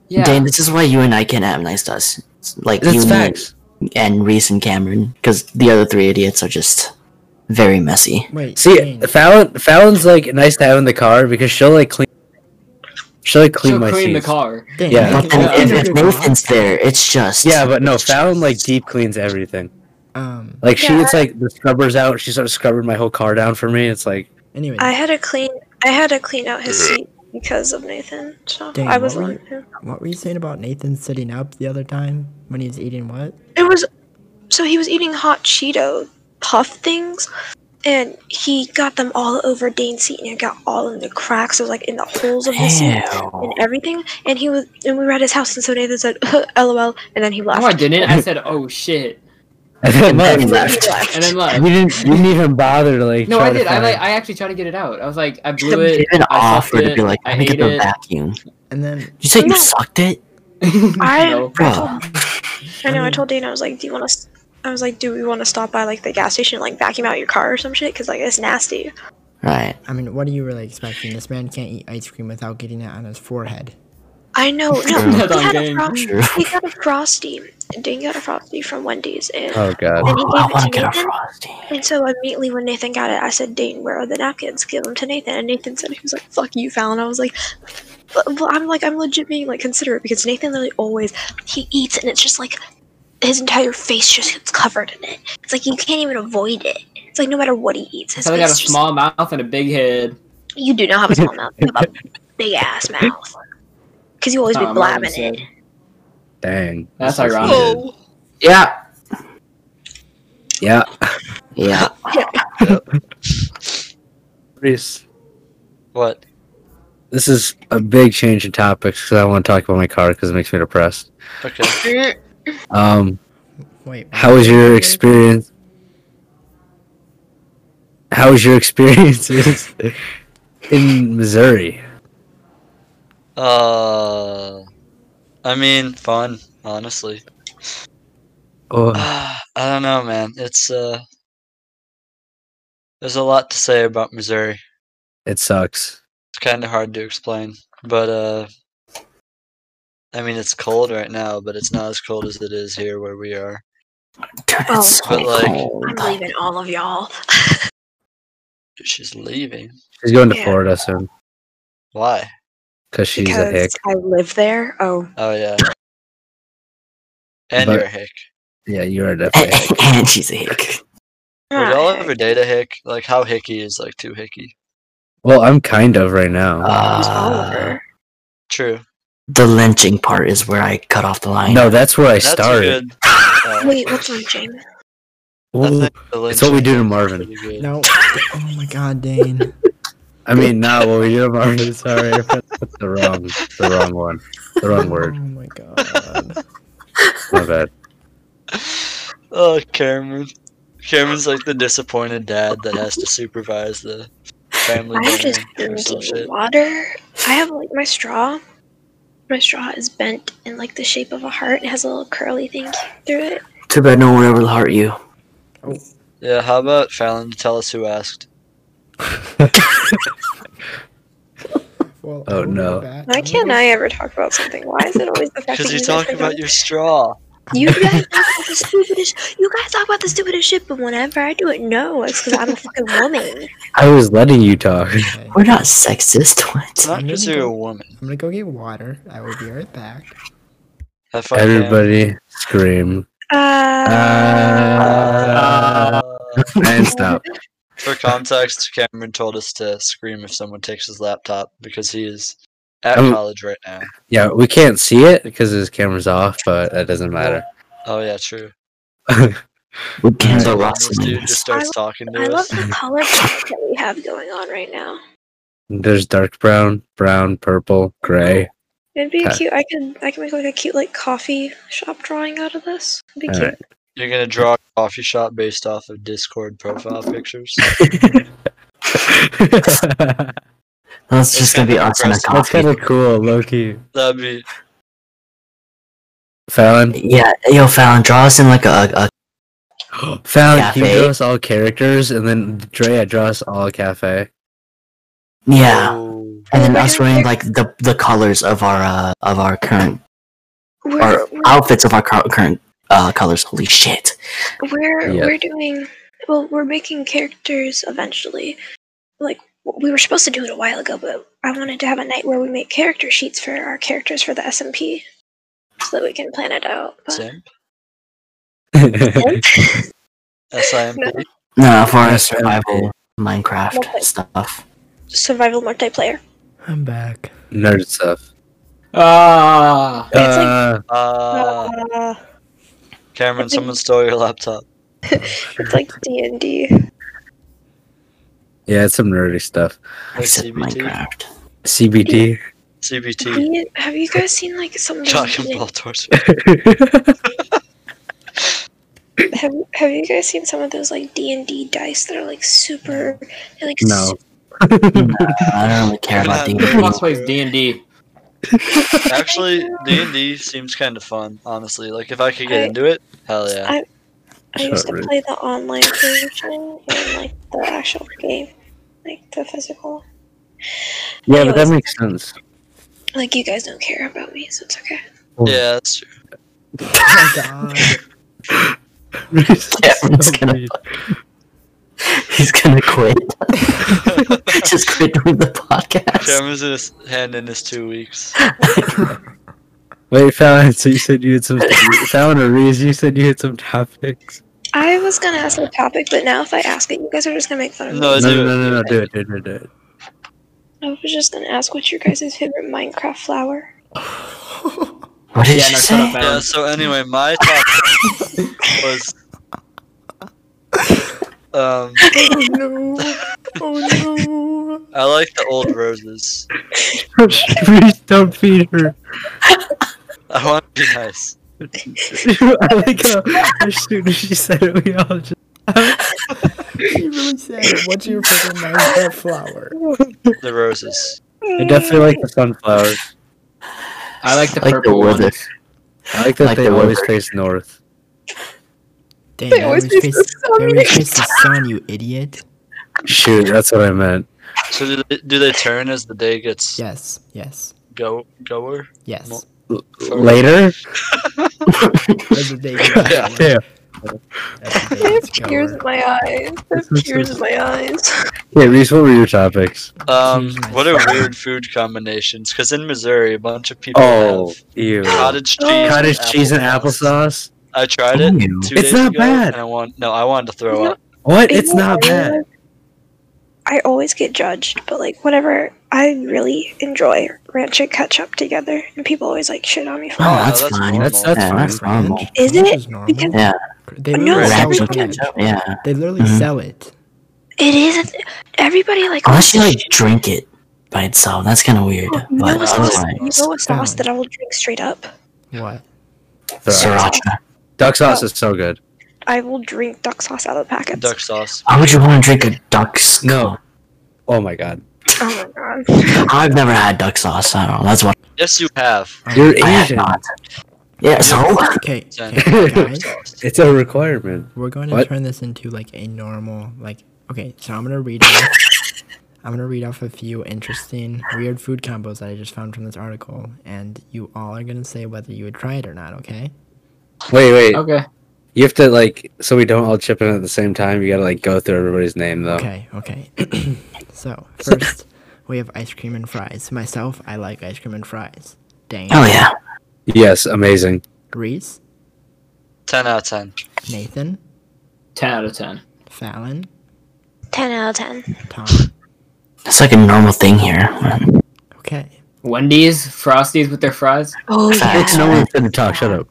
Yeah.
Dane, this is why you and I can't have nice us. Like you
That's
and-
facts.
and Reese and Cameron, because the other three idiots are just very messy.
Wait,
See, uh,
Dane,
Fallon, Fallon's like nice to have in the car because she'll like clean. She'll like clean
She'll
my
clean the
seats.
car.
Dane,
yeah.
Nathan,
But then
Yeah.
if,
under
if
your
Nathan's there, it's just
Yeah, but no, Fallon like deep cleans everything.
co- Um.
Like she
Yeah.
gets like the scrubbers out. [LAUGHS] She starts scrubbing my whole car down for me. It's like
Anyway,
I had to clean. I had to clean out his seat because of Nathan. So
Dang,
I was
what were
alone with him.
What were you saying about Nathan sitting up the other time when he was eating what?
It was so he was eating hot Cheeto puff things, and he got them all over Dane's seat, and it got all in the cracks. It was like in the holes of his seat and
Ew.
everything. And he was, and we were at his house, and so Nathan said, [LAUGHS] "LOL," and then he left.
No, I didn't. I said, "Oh shit,"
And then
He
left.
left.
He left.
and then
[LAUGHS] You
left.
didn't, you didn't even bother to like.
No,
try
I
to
did. I
find-
like. I actually tried to get it out. I was like, I blew
You
it.
did an
I sucked
offer to
it,
be like,
I
I think
ate
I'm a
it. [LAUGHS]
vacuum. Did
And then
you say you
No.
sucked it?
I,
No.
I,
Bro.
told, I know. I told Dana. I was like, "Do you want to?" I was like, "Do we want to stop by like the gas station, and, like vacuum out your car or some shit? Because like it's nasty."
Right.
I mean, what are you really expecting? This man can't eat ice cream without getting it on his forehead.
I
[LAUGHS]
know. No,
True.
we
That's on
had a
game.
frosty.
True.
We got a frosty. Dane got a frosty from Wendy's, and
Oh god.
And he
Ooh,
gave
I want
it
to
to
get a
Nathan?
frosty.
and so immediately when Nathan got it, I said, "Dane, where are the napkins? Give them to Nathan." And Nathan said, "He was like, fuck you, Fallon." I was like, but- but I'm like, I'm legit being like considerate because Nathan literally always he eats and it's just like his entire face just gets covered in it. It's like you can't even avoid it. It's like no matter what he eats, his
So I got a
face just
small mouth and a big head.
You do not have a small mouth. You have a
[LAUGHS]
big ass mouth. Because you always
Oh,
be
my
blabbing
mom
it.
said-
Dang.
That's
This is
ironic.
weird.
Yeah.
Yeah.
[LAUGHS] Yeah.
Reese,
What?
This is a big change in topics because I want to talk about my car because it makes me depressed.
Okay.
Um,
Wait.
how was your experience? How was your [LAUGHS] experiences in Missouri?
Uh, I mean, fun, honestly.
Oh,
[SIGHS] I don't know, man. It's uh, there's a lot to say about Missouri.
it sucks.
It's kind of hard to explain, but uh, I mean, it's cold right now, but it's not as cold as it is here where we are.
Dude,
Oh,
it's so
but, like-
cold.
I'm leaving all of y'all.
She's leaving.
She's going to
Yeah.
Florida soon
Why?
because she's a hick.
because I live there. Oh,
Oh yeah. And
But-
you're a hick.
Yeah, you are definitely. a hick. [LAUGHS]
[LAUGHS] and she's a hick.
Would y'all ever date a hick? Like how hicky is like too hicky?
Well, I'm kind of right now.
Uh,
True.
the lynching part is where I cut off the line.
No, that's where I
That's a
started.
good. uh,
Wait, what's my James?
I
Well,
think the
it's what we do
lynching
to
is
Marvin.
pretty
[LAUGHS]
good.
No. oh my God, Dane.
I mean, not what we do to Marvin. Sorry, [LAUGHS] I put the wrong, the wrong one, the wrong word.
Oh my God.
My bad.
Oh, Cameron. Cameron's like the disappointed dad that has to supervise the family
I'm just
dinner or some
drinking
shit.
water. I have like my straw. My straw is bent in like the shape of a heart. It has a little curly thing through it.
Too bad no one ever will hurt you.
Yeah, how about Fallon tell us who asked?
Well,
Oh,
we'll go
no.
back.
Why can't I ever talk about something? Why is it always the fact that
Because you
guys
talk
bring
about
up-
your straw.
you guys talk about the stupidest. You guys talk about the stupidest shit, but whenever I do it, no, it's because I'm a fucking woman.
I was letting you talk.
Okay,
We're not sexist. [LAUGHS]
It's
What?
not because you're a woman.
I'm gonna go get water. I will be right back.
Have fun, Cam.
Everybody scream
Uh,
Uh,
[LAUGHS] and stop.
for context, Cameron told us to scream if someone takes his laptop because he is at
Um,
college right now.
Yeah, we can't see it because his camera's off, but that doesn't matter.
Oh yeah, true.
With Kendall
So when
Ross
this
in
dude just
this.
starts talking to
I love
us.
the color palette that we have going on right now.
There's dark brown, brown, purple, [LAUGHS] gray.
It'd be a
Okay.
cute. I could. I could make like a cute like coffee shop drawing out of this. It'd be
All
cute.
right.
You're gonna draw a coffee shop based off of Discord profile pictures.
That's
That's just gonna be us and a coffee.
kind of cool, Loki.
That'd be
Fallon, [GASPS]
Yeah, yo, Fallon, draw us in like a, a
Fallon, can you
Cafe.
draw us all characters, and then Drea draw us all cafe. [LAUGHS]
yeah,
Oh.
and then
We're
us
gonna
wearing
wear-
like the the colors of our uh, of our current
We're
our outfits of our cur- current uh, colors. Holy shit!
we're
Yeah.
we're doing well. We're making characters eventually. Like w- we were supposed to do it a while ago, but I wanted to have a night where we make character sheets for our characters for the SMP, so that we can plan it out.
[LAUGHS]
But
Simp?
That's
S-I-M-P?
No, for our
Yes,
survival Minecraft
Okay.
stuff.
survival multiplayer.
I'm back.
Nerd stuff.
Ah,
It's like-
Uh,
Uh,
Uh,
Cameron, someone stole your laptop.
it's like D and D.
yeah, it's some nerdy stuff.
Like
Except
CBT.
Minecraft.
[LAUGHS]
CBD.
[LAUGHS] CBT.
Have you guys seen like some? of those
Dragon
vi-
Ball torture.
Have Have you guys seen some of those like D and D dice that are like super? they're, Like
no. [LAUGHS]
I don't really care about
Yeah.
D&D.
Who
[LAUGHS]
else plays D and D?
Actually, D and D seems kind of fun. Honestly, like if I could get
I-
into it, hell yeah.
I- I used to
Sorry.
play the online version and like the actual game, like the physical.
Yeah, but that makes sense. [LAUGHS]
Like you guys don't care about me, so it's okay.
Yeah, that's true.
Oh my God.
Cameron's gonna,
Agreed.
he's gonna quit.
[LAUGHS]
Just quit doing the podcast.
Cameron's gonna s- hand in his two weeks.
Wait, Fallon, so you said you had some. Fallon or Reese, you said you had some topics.
I was gonna ask a topic, but now if I ask it, you guys are just gonna make fun of me.
No,
No, do
no,
it.
no, no, no, do it, do it, do it. Do it.
I was just gonna ask what's your guys' favorite Minecraft flower?
[LAUGHS] What did
Yeah,
you
no, shut
say?
up,
Yeah.
Alan.
So anyway, my topic was um,
Oh no. Oh no.
I like the old roses.
Reese, don't feed her. [LAUGHS]
I want to be nice.
I like how as soon as she said it, we all just.
She really said, "What's your favorite Minecraft flower?"
The roses.
I
[LAUGHS]
definitely like the sunflowers.
I like the
Like the
purple
weather.
ones.
I like that
Like
they
the
always
river.
face north.
Damn,
They
they
always
always face,
face the sun.
they
[LAUGHS]
always face the sun, you idiot.
Shoot, that's what I meant.
So do they, do they turn as the day gets
Yes, yes,
go goer? Mo-
yes.
Later?
As the
[LAUGHS]
day goes
God
on,
damn.
as the day
I have
gets
tears
going.
in my eyes. I have tears in my eyes. [LAUGHS]
Yeah, Reese, what were your topics?
Um,
Jesus.
what are weird food combinations? Because in Missouri, a bunch of people
Oh, ew.
have cottage cheese, and
Cottage cheese and applesauce?
applesauce. I tried it
Ew.
two
It's
days
not
ago,
bad.
and I want no, I wanted to throw
No.
up.
What?
You
It's
know,
not
I
bad.
realize- I always get judged, but like whatever. I really enjoy ranch and ketchup together, and people always like shit on me
[LAUGHS]
for
Oh,
it.
Wow,
that's,
that's
fine.
normal.
That's- that's
yeah,
fine.
that's normal.
Is
Ranch
it?
normal.
Because-
Yeah.
They
No,
literally
it's
sell
Ranch
Ranch
with
and
it.
ketchup. Yeah.
They literally
Mhm.
sell it.
It is. a th- Everybody like.
Unless you
wants
like
to shit-
drink it by itself, that's kind of weird.
Oh, you
But
know a sauce.
otherwise,
You know a sauce
Fine.
that I will drink straight up. [LAUGHS]
What?
Sorry.
sriracha.
Duck sauce is so good.
I will drink duck sauce out of the packets.
Duck sauce.
Why would you want to drink a duck? s-
No. Oh my god.
Oh my god.
I've never had duck sauce. I don't know. That's what
Yes, you have.
You're
I have
Asian.
not. Yeah. So
Okay,
Send.
[LAUGHS]
okay, guys,
It's a requirement.
we're going to
What?
turn this into like a normal like. Okay, so I'm gonna read. Off, I'm gonna read off a few interesting weird food combos that I just found from this article, and you all are gonna say whether you would try it or not. Okay?
Wait, wait.
Okay.
You have to like so we don't all chip in at the same time. You gotta like go through everybody's name
Oh.
though.
Okay. Okay. [CLEARS THROAT] so first, we have ice cream and fries. Myself, I like ice cream and fries. Dang.
oh yeah.
Yes, amazing.
Reese,
Ten out of ten.
Nathan,
Ten out of ten.
Fallon,
Ten out of ten.
Tom.
It's like a normal thing here.
Okay.
Wendy's, Frosties with their fries.
Oh
Facts.
yeah.
No one's gonna talk. Shut up.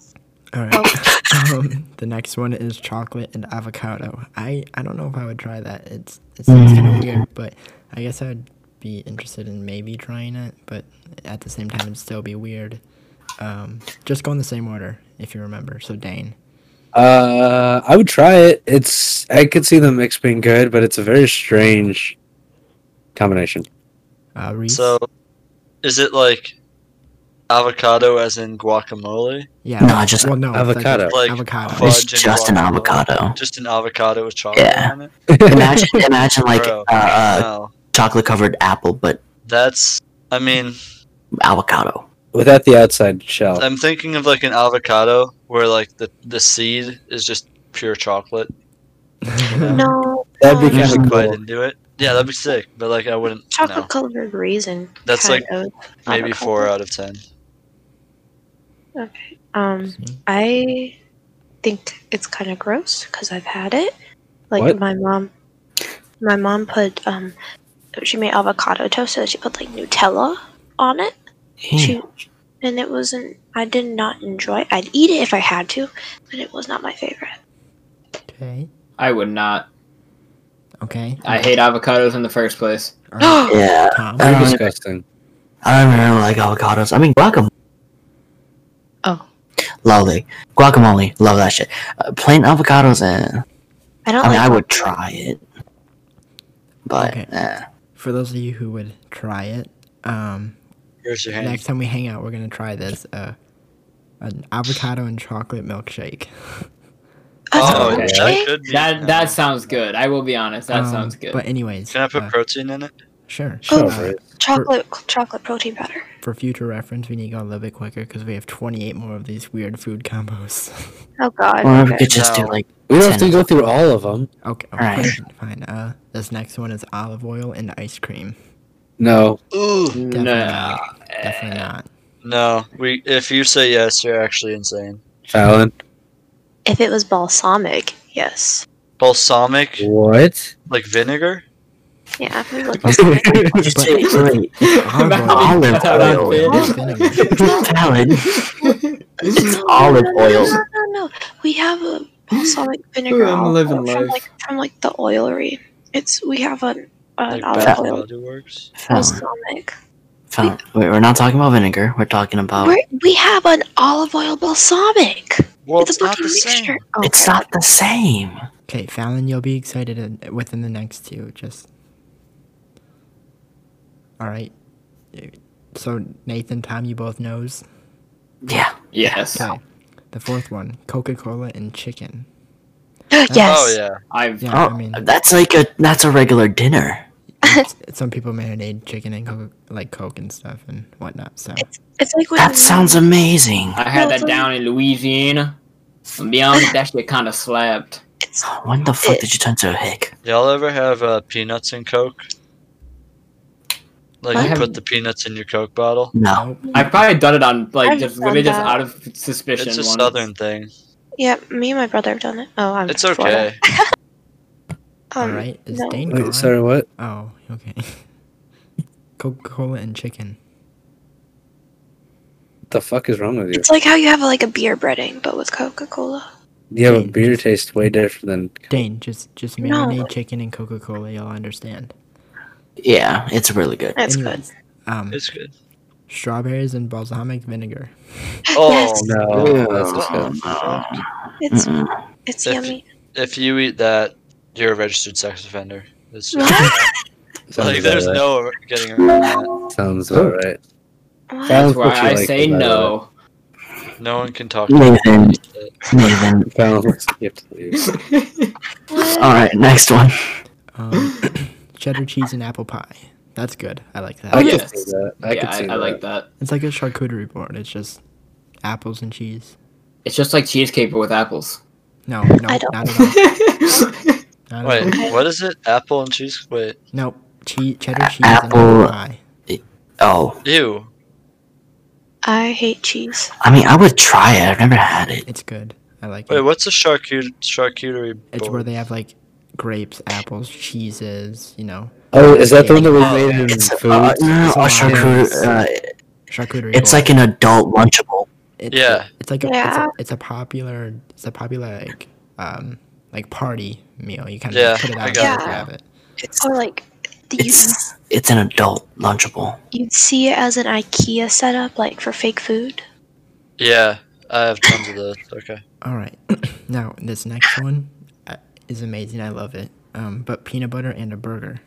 All right. [LAUGHS] um, the next one is chocolate and avocado. I, I don't know if I would try that. It's it sounds kind
Mm.
of weird, but I guess I would be interested in maybe trying it. But at the same time, it'd still be weird. Um, just go in the same order if you remember. So Dane,
Uh, I would try it. It's I could see the mix being good, but it's a very strange combination.
uh, Reese,
So, is it like avocado as in guacamole?
yeah,
No, just
well, no, it's like
avocado.
Like
avocado.
fudge
It's
and
just an avocado.
[LAUGHS] Just an avocado with chocolate
Yeah.
on it?
Imagine, imagine like uh,
Bro.
uh,
No.
chocolate covered apple, but
That's. I mean,
avocado.
Without the outside shell.
I'm thinking of like an avocado where like the the seed is just pure chocolate.
No.
That'd
oh,
be
um,
kinda
Usually quite
cool.
into it. Yeah, that'd be sick. But like, I wouldn't.
chocolate
No.
colored raisin.
That's
kind
like
of
Maybe
avocado.
four uh, out of ten.
Okay. Um,
See?
I think it's kind of gross because I've had it. Like
What?
my mom, my mom put um she made avocado toast, so she put like Nutella on it. She, and it wasn't. I did not enjoy. it. I'd eat it if I had to, but it was not my favorite.
[LAUGHS] Okay.
I would not.
Okay.
I hate avocados in the first place.
Alright,
Yeah. [GASPS]
Tom.
I
They're
don't,
disgusting.
I don't really like avocados. I mean, guacamole.
Oh.
Lovely. Guacamole. Love that shit. Uh, plain avocados, eh.
I don't
I mean,
like.
I would try it. But,
Okay.
eh.
For those of you who would try it, um,
Where's your hand?
next time we hang out, we're gonna try this uh, an avocado and chocolate milkshake.
Oh,
okay.
that could be.
That that sounds good. I will be honest. That
Um,
sounds good.
But anyways,
Can I put
uh,
protein in it?
sure. Uh,
Shut
Oh.
up, Rick.
chocolate chocolate protein powder.
For future reference, we need to go a little bit quicker because we have 28 more of these weird food combos. [LAUGHS]
Oh God.
Or we
okay.
could just
No.
do,
[LAUGHS]
like,
We don't have
Ten.
to go through all of them.
okay, okay
Alright.
[LAUGHS] fine. Uh, this next one is olive oil and ice cream.
No.
Ooh.
Definitely
no.
not.
[LAUGHS]
Definitely not.
No, we. If you say yes, you're actually insane.
Alan.
If it was balsamic, yes.
Balsamic,
What?
like vinegar.
Yeah. if it was balsamic.
just
That's
take,
[LAUGHS]
like,
[LAUGHS] Olive
olive oil.
Vinegar.
salad. it's [LAUGHS] olive oil.
No, no, no, no. We have a
[GASPS]
balsamic vinegar
I'm
olive
living
oil from
life.
like from like the oilery. It's we have an
Like
an olive
Bath
Bath
oil
Body Works.
Salad.
balsamic.
Salad. Wait, we're not talking about vinegar. We're talking
Oh.
about.
We're, we have an olive oil balsamic.
Well,
it's,
it's,
a
not
fucking
the
mixture.
same.
Oh,
It's
God.
not the same.
Okay, Fallon, you'll be excited in- within the next two. Just. All right. So, Nathan, Tom, you both knows.
Yeah.
Yes.
Okay. The fourth one Coca Cola and chicken.
[GASPS] yes.
Oh yeah.
I've
Yeah,
Oh,
I
[LAUGHS]
mean,
that's like a that's a regular dinner.
it's- some people marinate chicken and Coca, like Coke and stuff and whatnot. So,
It's like when
That sounds amazing.
I had
No,
that
it's only-
down in Louisiana. I'm be honest, that shit kind of slapped.
It's,
When the fuck did you turn to a hick?
Y'all ever have uh, peanuts in Coke? Like
I
you
haven't-
put the peanuts in your Coke bottle.
No.
nope.
I've probably done it on like
I've
just
done
literally just
that.
out of suspicion.
It's a
once.
southern thing.
yeah. Me and my brother have done it. Oh, I'm.
It's
from Florida.
okay.
Um,
All right. Is
no.
Dane gone?
Wait, sorry, what?
Oh, okay. [LAUGHS] Coca Cola and chicken.
the fuck is wrong with you?
It's like how you have like a beer breading, but with Coca Cola.
You have a beer taste way different than
Dane, just just
No.
marinate chicken and Coca Cola. You'll understand.
Yeah, it's really good.
That's good.
Anyways, Um,
It's good.
strawberries and balsamic vinegar.
Oh
yes.
no. that's
Uh-uh.
disgusting.
Mm-mm.
It's it's
If- [LAUGHS]
yummy.
If you eat that, you're a registered sex offender.
[LAUGHS]
It's just,
What?
Sounds
like there's
about
no getting around that.
right. Sounds about right.
What?
Fallon's
That's why
what you
I
like,
say
by the
[LAUGHS] no.
No one can talk. to
Nathan,
you.
Nathan.
way. Fallon [LAUGHS] looks like you have to
[LAUGHS]
leave.
uh,
All right, next one.
Um, cheddar cheese and apple pie. That's good. I like that.
I
yeah.
can see that. I
yeah,
can see
I,
that.
I like that.
It's like a charcuterie board. It's just apples and cheese.
It's just like cheesecake but with apples.
No, no, not
I
at all.
don't- [LAUGHS]
Not
I
at all.
Wait, what is it? Apple and cheese? Wait.
Nope. Cheese, cheddar cheese and apple
apple-
pie.
Oh,
Ew.
I hate cheese.
I mean, I would try it. I've never had it.
It's good. I like
Wait,
it.
what's a charcut- charcuterie board?
It's where they have like grapes, apples, cheeses. You know,
Oh, is that the one that we
Oh,
made in
It's
food?
uh, no, no, no,
It's
a
all
charcuterie.
onions.
Uh,
charcuterie.
it's
board.
like an adult lunchable.
It's,
Yeah.
It's like a,
Yeah.
It's, a, it's a popular. It's a popular like um like party meal. You kind of
Yeah,
put it
I
out and
got it.
grab it.
It's
Or like you
it's it's an adult lunchable.
you'd see it as an IKEA setup, like for fake food.
Yeah, I have tons of those.
[LAUGHS]
Okay.
All right. [CLEARS THROAT] now this next one uh, is amazing. I love it. Um, but peanut butter and a burger.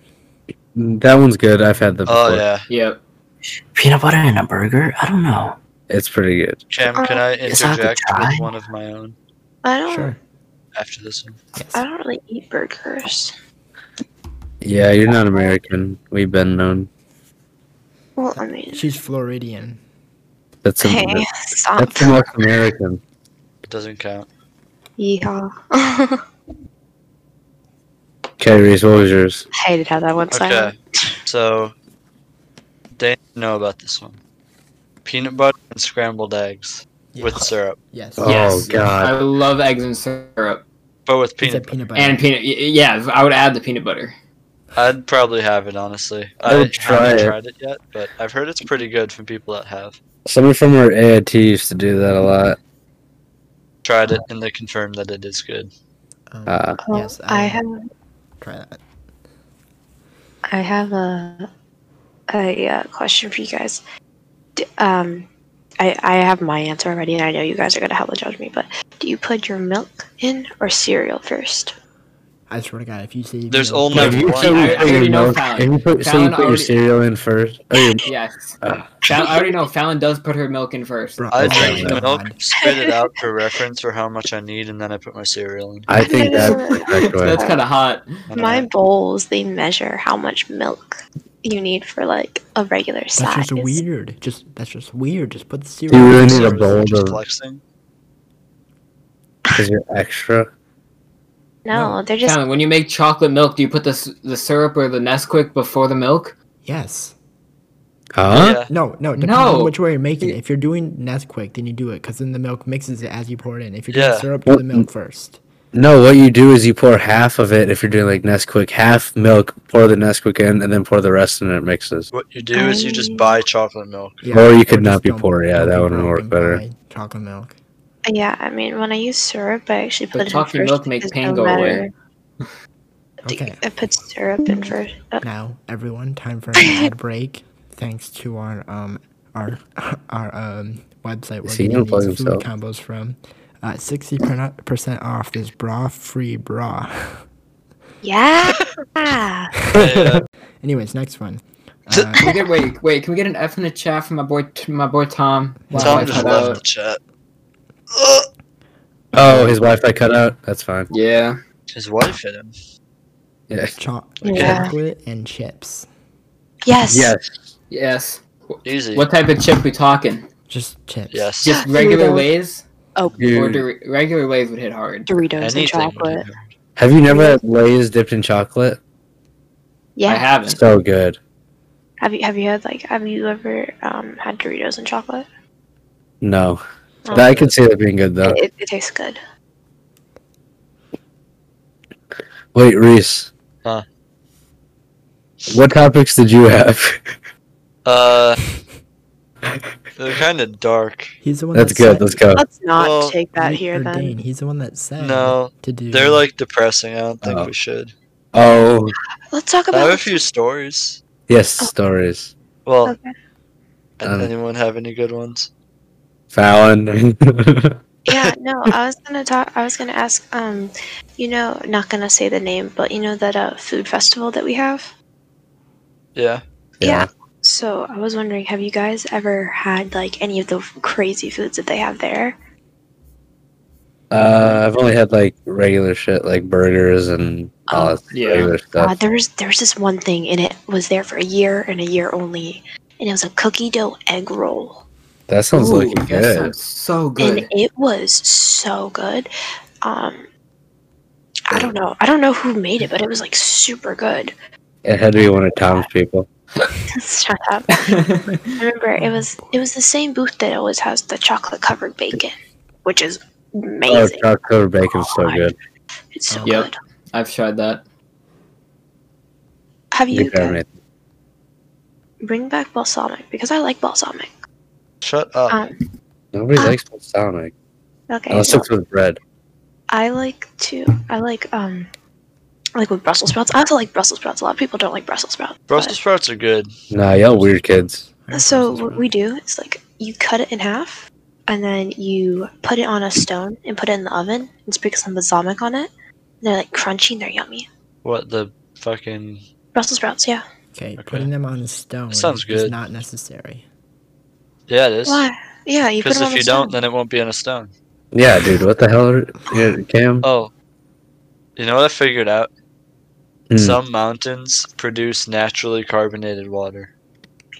That one's good. I've had the.
Oh, yeah.
yep.
Peanut butter and a burger? I don't know.
It's pretty good.
Cam, can I
It's not a
interject
try.
with one of my own
I don't.
Sure.
after this one?
Yes.
I don't really eat burgers.
Yeah, you're not American. We've been known.
Well, I mean,
She's Floridian.
That's a,
hey, stop.
that's the most American.
It doesn't count.
Yeehaw. [LAUGHS]
Okay, Reese, what was yours?
hated how that went
Okay. So, they know about this one peanut butter and scrambled eggs with syrup,
Yes.
Oh,
yes.
God.
I love eggs and syrup
but with
It's a
peanut.
peanut butter.
and peanut. y- Yeah, I would add the peanut butter.
I'd probably have it honestly.
I would try
haven't
it.
tried it yet, but I've heard it's pretty good from people that have
Somebody from our AIT used to do that a lot.
tried it and they confirmed that it is good.
Um,
Uh,
yes,
Oh, I
I'll
have
Try that.
I have a a uh, question for you guys. D- Um, I I have my answer already, and I know you guys are gonna hella judge me. But do you put your milk in or cereal first?
I swear to God, if you see.
There's
milk-
only-
If you
one.
say you
I-
I
put your
already know
milk-
Fallon.
if you put, say you
Fallon
put your
already-
cereal in first. Or your,
Yes.
Ah.
Fallon, I already know Fallon does put her milk in first.
Bro,
I
oh
Okay.
drink
my
milk,
God.
spit it out for reference for how much I need, and then I put my cereal in.
I
[LAUGHS]
think
[LAUGHS]
that's the correct way.
That's kind of hot.
My bowls they measure how much milk you need for like a regular
That's
size.
just weird. Just that's just weird. Just put the cereal.
You really
in.
need a
Cereal,
bowl
just
of
flexing.
because you're extra.
No, they're just
Fallon, when you make chocolate milk, do you put the s- the syrup or the Nesquik before the milk?
Yes.
Huh?
Yeah.
No, no. Depending
No.
on which way you're making it. If you're doing Nesquik, then you do it because then the milk mixes it as you pour it in. If you're doing
Yeah.
syrup, do the milk first.
No, what you do is you pour half of it if you're doing like Nesquik, half milk, pour the Nesquik in, and then pour the rest in and it mixes.
What you do is you just
Um,
buy chocolate milk.
Or you could
just
not be
don't-
poor, yeah,
don't
that
be
wouldn't
poor,
work
don't
better.
buy Chocolate milk.
yeah. I mean, when I use syrup, I actually put
But
it
chocolate
in first
milk make
because
pain
no
go away.
matter-
Okay.
I put syrup in first. Uh,
Now, everyone, time for an
[LAUGHS]
ad break. Thanks to our um our [LAUGHS] our um website we're
See, he
getting
unplugged
these food
himself.
combos from. Uh, sixty percent off this bra free bra. [LAUGHS]
[LAUGHS]
yeah.
Yeah.
Anyways, next one.
T-
Uh,
Can we get, wait, wait. Can we get an F in the chat from my boy, t- my boy Tom? Wow, I
Tom just
cut
left the
out.
chat. Ugh.
Oh, his Wi-Fi cut out. That's fine.
Yeah.
His wife hit him.
[LAUGHS] Yeah.
cho-
Yeah.
chocolate and chips.
Yes.
Yes.
Yes.
Easy.
What type of chip we talking?
Just chips.
Yes.
Just regular
Doritos.
Lay's, or
Dude,
Dor- regular Lay's would hit hard.
Doritos
Anything.
and chocolate.
have you never had Lay's dipped in chocolate?
Yeah.
I haven't.
So good.
Have you have you had like have you ever um had Doritos and chocolate?
No,
Oh.
I uh, could see that being good though.
It, it tastes good.
Wait, Reese.
Huh?
What topics did you have? [LAUGHS]
Uh, they're kind of dark.
He's the one.
That's
that
good.
said-
Let's go.
Let's not
Well,
take that
Nick
here
or Dane,
then.
He's the one that said
No,
to do.
they're like depressing. I don't think
Mm. Oh.
we should.
Oh,
Let's talk
I have a
about
few stories.
yes, stories.
Well,
okay.
Um.
anyone have any good ones?
Fallon.
[LAUGHS]
[LAUGHS]
Yeah, no, I was gonna talk I was gonna ask, um, you know, not gonna say the name, but you know that uh food festival that we have?
Yeah.
Yeah.
So I was wondering, have you guys ever had like any of the crazy foods that they have there?
Uh, I've only had like regular shit, like burgers and
Oh,
all that
Yeah.
regular
Uh,
stuff.
there was there was this one thing, and it was there for a year and a year only, and it was a cookie dough egg roll,
That sounds
Ooh,
looking
That
good.
sounds so good.
and it was so good. Um, I don't know, I don't know who made it, but it was like super good.
It had to be one of Tom's people.
Shut
[LAUGHS]
up. I
Oh,
remember it was it was the same booth that always has the chocolate covered bacon, which is
Oh,
amazing.
chocolate covered bacon's so
God.
good.
It's so
Yep.
good.
[LAUGHS] I've tried that.
Have you
Good job, Nathan.
bring back balsamic because I like balsamic.
Shut
Oh.
up.
Um,
Nobody
Ah.
likes balsamic.
okay.
Unless
no.
it's with bread.
I like to. I like um, like with Brussels sprouts. I also like Brussels sprouts. A lot of people don't like Brussels sprouts. but-
Brussels sprouts are good.
Nah, y'all weird kids.
So what we do is like you cut it in half, and then you put it on a stone and put it in the oven and sprinkle some balsamic on it. They're like crunchy and they're yummy.
What the fucking?
Brussels sprouts, yeah.
Okay,
Okay.
putting them on a stone
Sounds
is
good.
not necessary.
Yeah, it is.
Why? Yeah, you put
Because
them on
if
the
you
stone.
don't, then it won't be in a stone.
Yeah, dude, what the hell? Are, yeah, Cam?
Oh, you know what I figured out?
Hmm.
Some mountains produce naturally carbonated water.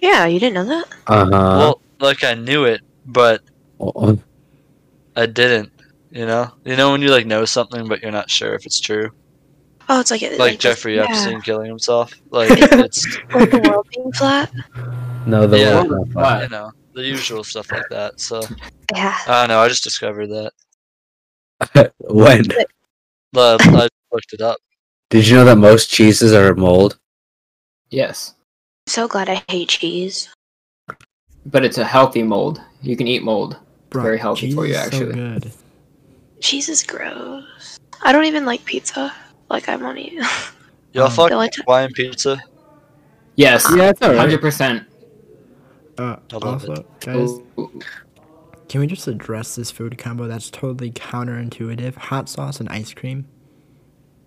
yeah, you didn't know that.
Uh
Well, like I knew it, but
huh.
I didn't. You know, you know when you like know something, but you're not sure if it's true.
Oh, it's like it,
Like Jeffrey
yeah.
Epstein killing
[LAUGHS]
himself. Like it's
Like the world
[LAUGHS]
being flat.
No, the
Yeah.
one- [LAUGHS]
you know the usual stuff like that. So
Yeah.
I don't know. I just discovered that.
When? [LAUGHS]
Uh, I looked it up.
Did you know that most cheeses are mold?
Yes,
So glad I hate cheese.
but it's a healthy mold. You can eat mold. Very healthy
cheese
for you,
is so
actually.
good.
Cheese is gross. I don't even like pizza. Like I'm on you.
Y'all
Um,
fuck
Bill, I t-
Hawaiian pizza?
Yes,
Yeah, it's
hundred
alright.
percent.
Uh,
I love
also, guys, can we just address this food combo that's totally counterintuitive? Hot sauce and ice cream.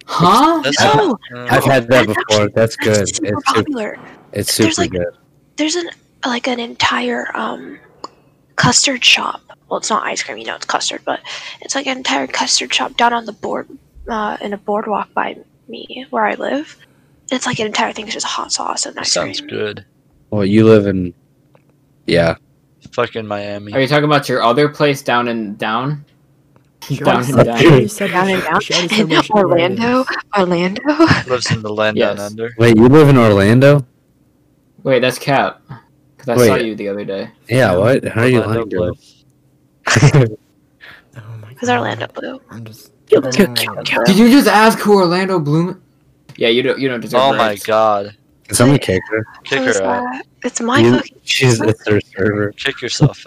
Huh?
That's
[LAUGHS] No,
Mm,
I've had that before. That's good.
that's super
It's super,
popular.
it's
There's
super
like-
good.
There's an like an entire um custard shop. Well, it's not ice cream, you know, it's custard, but it's like an entire custard shop down on the board uh, in a boardwalk by me where I live. It's like an entire thing. It's just hot sauce and ice
sounds [LAUGHS]
cream.
good.
Well, you live in, yeah.
Fucking Miami.
Are you talking about your other place down in down?
She
Down
already
and
said-
down.
she already said
Down and
what-
down.
she
[LAUGHS]
already said
In
what she wanted
Orlando,
us.
Orlando.
Lives in the land down
Yes.
under.
Wait, you live in Orlando?
Wait, that's Cap. Because I saw
Wait.
you the other day.
Yeah. What? How are you
Orlando
lying, bro? [LAUGHS]
Oh my
Because
God.
Orlando blue.
I'm just.
Kill, kill, kill,
Oh.
Did you just ask who Orlando Bloom? Yeah, you don't. You don't deserve.
Oh my
rights.
god.
Can someone kick her?
Kick
What was
her out.
that? It's my
You-
fucking.
[LAUGHS] she's it's her server.
Kick yourself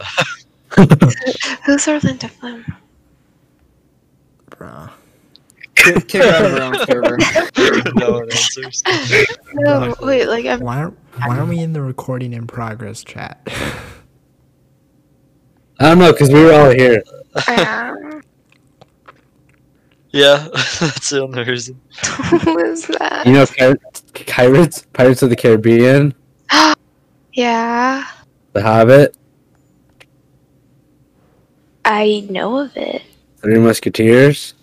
out. [LAUGHS]
Who's Orlando blue?
Bruh.
Kick kick her out of her own
[LAUGHS]
server.
no one answers.
No, wait,
[LAUGHS]
like I'm.
Why aren't Why aren't we in the recording in progress chat? [LAUGHS]
I don't know because we were all here.
[LAUGHS] Um,
Yeah, [LAUGHS] that's the only reason.
who is that?
You know, Pir- pirates, Pirates of the Caribbean,
Yeah,
The Hobbit,
I know of it.
Three Musketeers.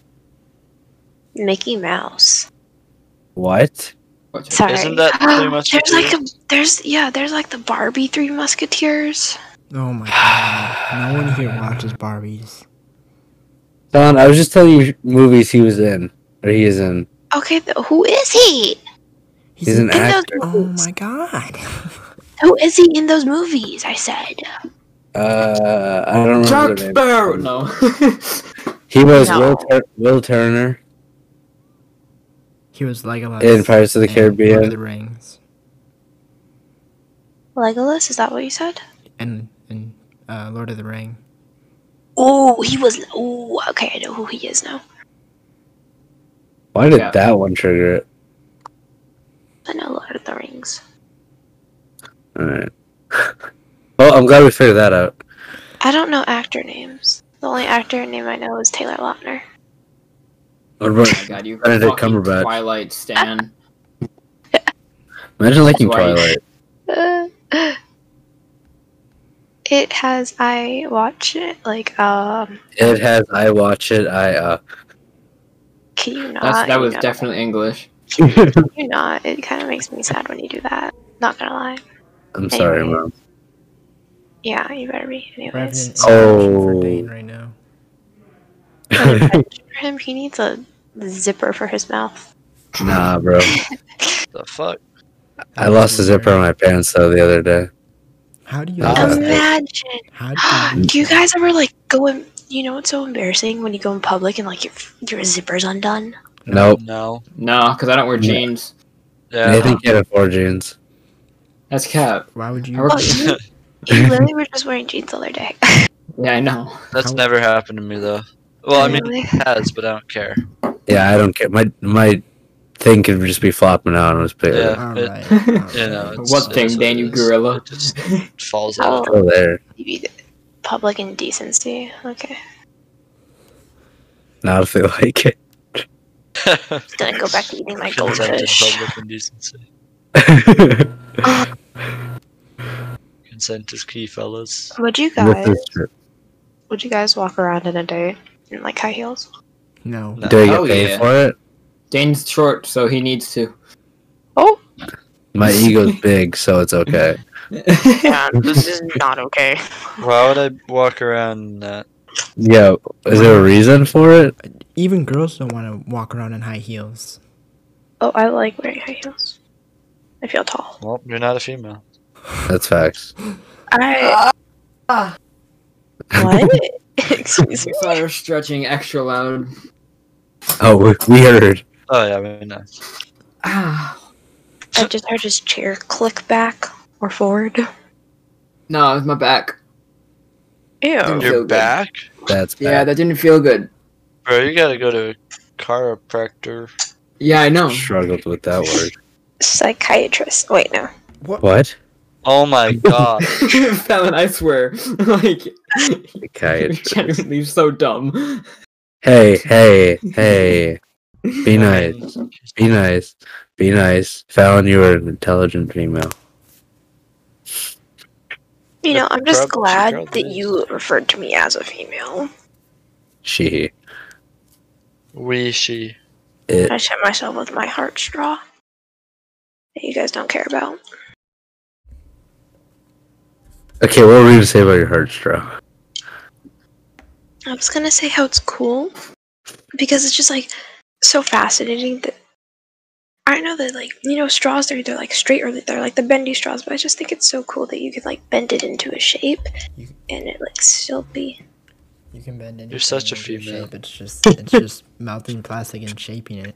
Mickey Mouse.
What?
Watch out.
Sorry.
Isn't that Three
[GASPS] there's like a
Musketeers?
there's yeah there's like the Barbie Three Musketeers.
oh my god! No one here watches Barbies.
Don, I was just telling you movies he was in or he is in.
Okay, th- who is he?
He's an
In those
actor. Oh
Oh
movies.
my god! [LAUGHS]
Who is he in those movies? I said.
Uh, I don't remember
Jack
the name.
[LAUGHS]
Sparrow. No. Oh
He was
No.
Will, Tur- Will Turner
He was Legolas
in Pirates of the
and Lord
Caribbean.
the Rings,
Legolas, is that what you said?
and and uh, Lord of the Ring.
Oh, he was. Oh, okay, I know who he is now.
Why did
Yeah.
that one trigger it?
I know Lord of the Rings.
All right. [LAUGHS] well, I'm glad we figured that out.
I don't know actor names. The only actor name I know is Taylor Lautner. [GASPS]
What
Oh
about-
my god, you
Benedict
fucking
Cumberbatch.
Twilight Stan.
Imagine liking
That's why-
Twilight.
Uh, it has I watch it like um.
It has. I watch it. I uh.
Can you not?
That's, that
uh, you
was
know?
definitely English.
You're not. It kind of makes me sad when you do that. Not gonna lie.
I'm sorry,
Anyway.
mom.
Yeah, you better be.
We're having an
[LAUGHS] Anyways,
intervention for
Oh.
Dane right now.
for him, he needs a zipper for his mouth.
[LAUGHS] nah, bro.
The fuck?
I lost a zipper on my pants though the other day.
How do you?
Uh,
Nah.
lose that?
Imagine. [GASPS]
How do
do
you?
Um, [GASPS] you guys ever like go in? You know, it's so embarrassing when you go in public and like your your zipper's undone.
Nope.
No.
No, because I don't wear
Yeah.
jeans.
Yeah.
Nathan can't afford jeans.
That's Cap.
Why would
I
you?
work-
Oh,
[LAUGHS]
[LAUGHS] you, you literally were just wearing jeans the other day.
Yeah, I [LAUGHS] know.
That's
How-
never happened to me though.
[LAUGHS]
Well, I mean,
Really?
it has, but I don't care.
Yeah, I don't care. My my thing could just be flopping out and was big.
Yeah.
All
it-
right.
[LAUGHS]
all right.
You know, it's,
What thing,
it's
Dan, you
it is.
gorilla?
It just falls
Oh.
out.
Oh, there.
Maybe Public indecency. Okay,
Not if they [LAUGHS] like it.
[LAUGHS]
I'm gonna go back to eating my
Shouldn't have done
goldfish.
public indecency. Consent is key, fellas.
Would you
This
guys?
is true.
Would you guys walk around in a day in like high heels?
No.
No.
Do I get
Oh,
paid
yeah.
for it?
Dane's short, so he needs [LAUGHS] to.
Oh,
[LAUGHS]
My ego's big, so it's okay.
yeah,
[LAUGHS]
this is not okay.
Why would I walk around in that?
Yeah, is there a reason for it?
Even girls don't want to walk around in high heels.
Oh, I like wearing high heels. I feel tall.
Well, you're not a female.
That's facts.
I. what? Excuse me.
Sorry, stretching extra loud.
[LAUGHS] Oh, we- we heard.
Oh yeah, I mean, no.
Ah.
I just heard his chair click back or forward.
No, it's my back.
Ew.
so
Your
good.
back?
That's bad.
Yeah, that didn't feel good.
Bro, you gotta go to a chiropractor.
Yeah, I know.
Struggled with that word.
Psychiatrist. Wait, no.
What?
[LAUGHS]
What?
Oh my god.
Fallon, I swear. [LAUGHS] like, you're
Psychiatrist.
[LAUGHS] genuinely so dumb.
[LAUGHS]
Hey, hey, hey. Be nice. Be nice. Be nice. Fallon, you are an intelligent female.
You know, I'm
Prob-
just
she
glad
probably
that
is.
you referred to me as a female.
She.
We, she.
It.
I shut myself with my heart straw that you guys don't care about.
Okay, what were we gonna say about your heart stroke?
I was gonna say how it's cool because it's just like so fascinating that I know that like you know straws they're either like straight or they're like the bendy straws, but I just think it's so cool that you can like bend it into a shape
You-
and it like still be [LAUGHS]
You can bend anything.
You're such a
into
female.
Shape. It's just it's just melting plastic and shaping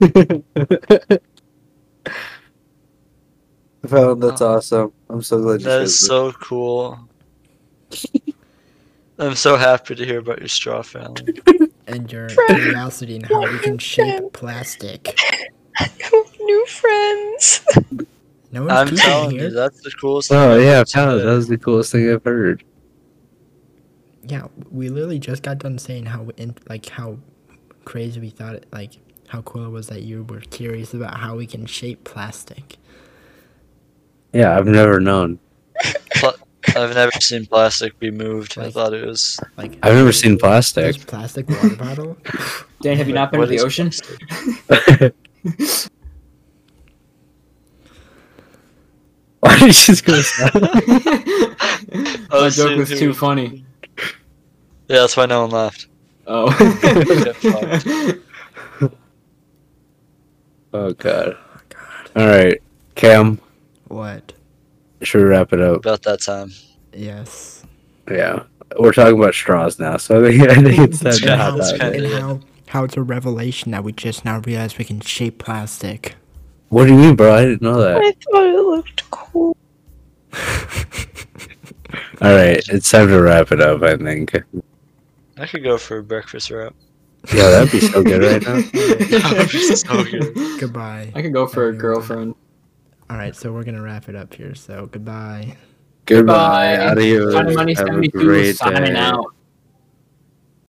it.
[LAUGHS] Fallon, that's awesome. I'm so glad
Oh. That is so cool. I'm so happy to hear about your straw Fallon.
And your curiosity in how we can shape plastic.
new friends.
No one's
I'm
peeping
telling
here.
you, that's the coolest
Oh
I've
yeah,
ever
Fallon,
said.
that was the coolest thing I've heard.
Yeah, we literally just got done saying how in, like how crazy we thought it, like how cool it was that you were curious about how we can shape plastic.
Yeah, I've never known.
I've never seen plastic be moved. I
Like-
thought it was.
Like
I've never seen plastic. [LAUGHS]
this plastic water bottle.
Dan, have you not been
What
to the
is
ocean?
Why did she just
[LAUGHS]
go silent?
[LAUGHS] that joke was too funny.
Yeah, that's why no one laughed.
[LAUGHS]
Oh.
Oh god.
Oh God,
Alright. Cam,
what?
should we wrap it up?
About that time.
Yes.
Yeah. We're talking about straws now, so [LAUGHS] I think, I think it's time to
kinda-
hop
it's
out.
kinda-
and how how it's a revelation that we just now realized we can shape plastic.
What do you mean, bro? I didn't know [LAUGHS] that.
I thought it looked cool.
Alright, it's time to wrap it up, I think.
I could go for a breakfast wrap.
Yeah, that'd be so good right now.
[LAUGHS] so good.
Goodbye.
I could go for a
Uh,
Everyone.
girlfriend.
All right, so we're gonna wrap it up here. So goodbye.
[LAUGHS] Goodbye.
Bye.
Adios.
Fun Money
Have a
72
great
signing
day.
out.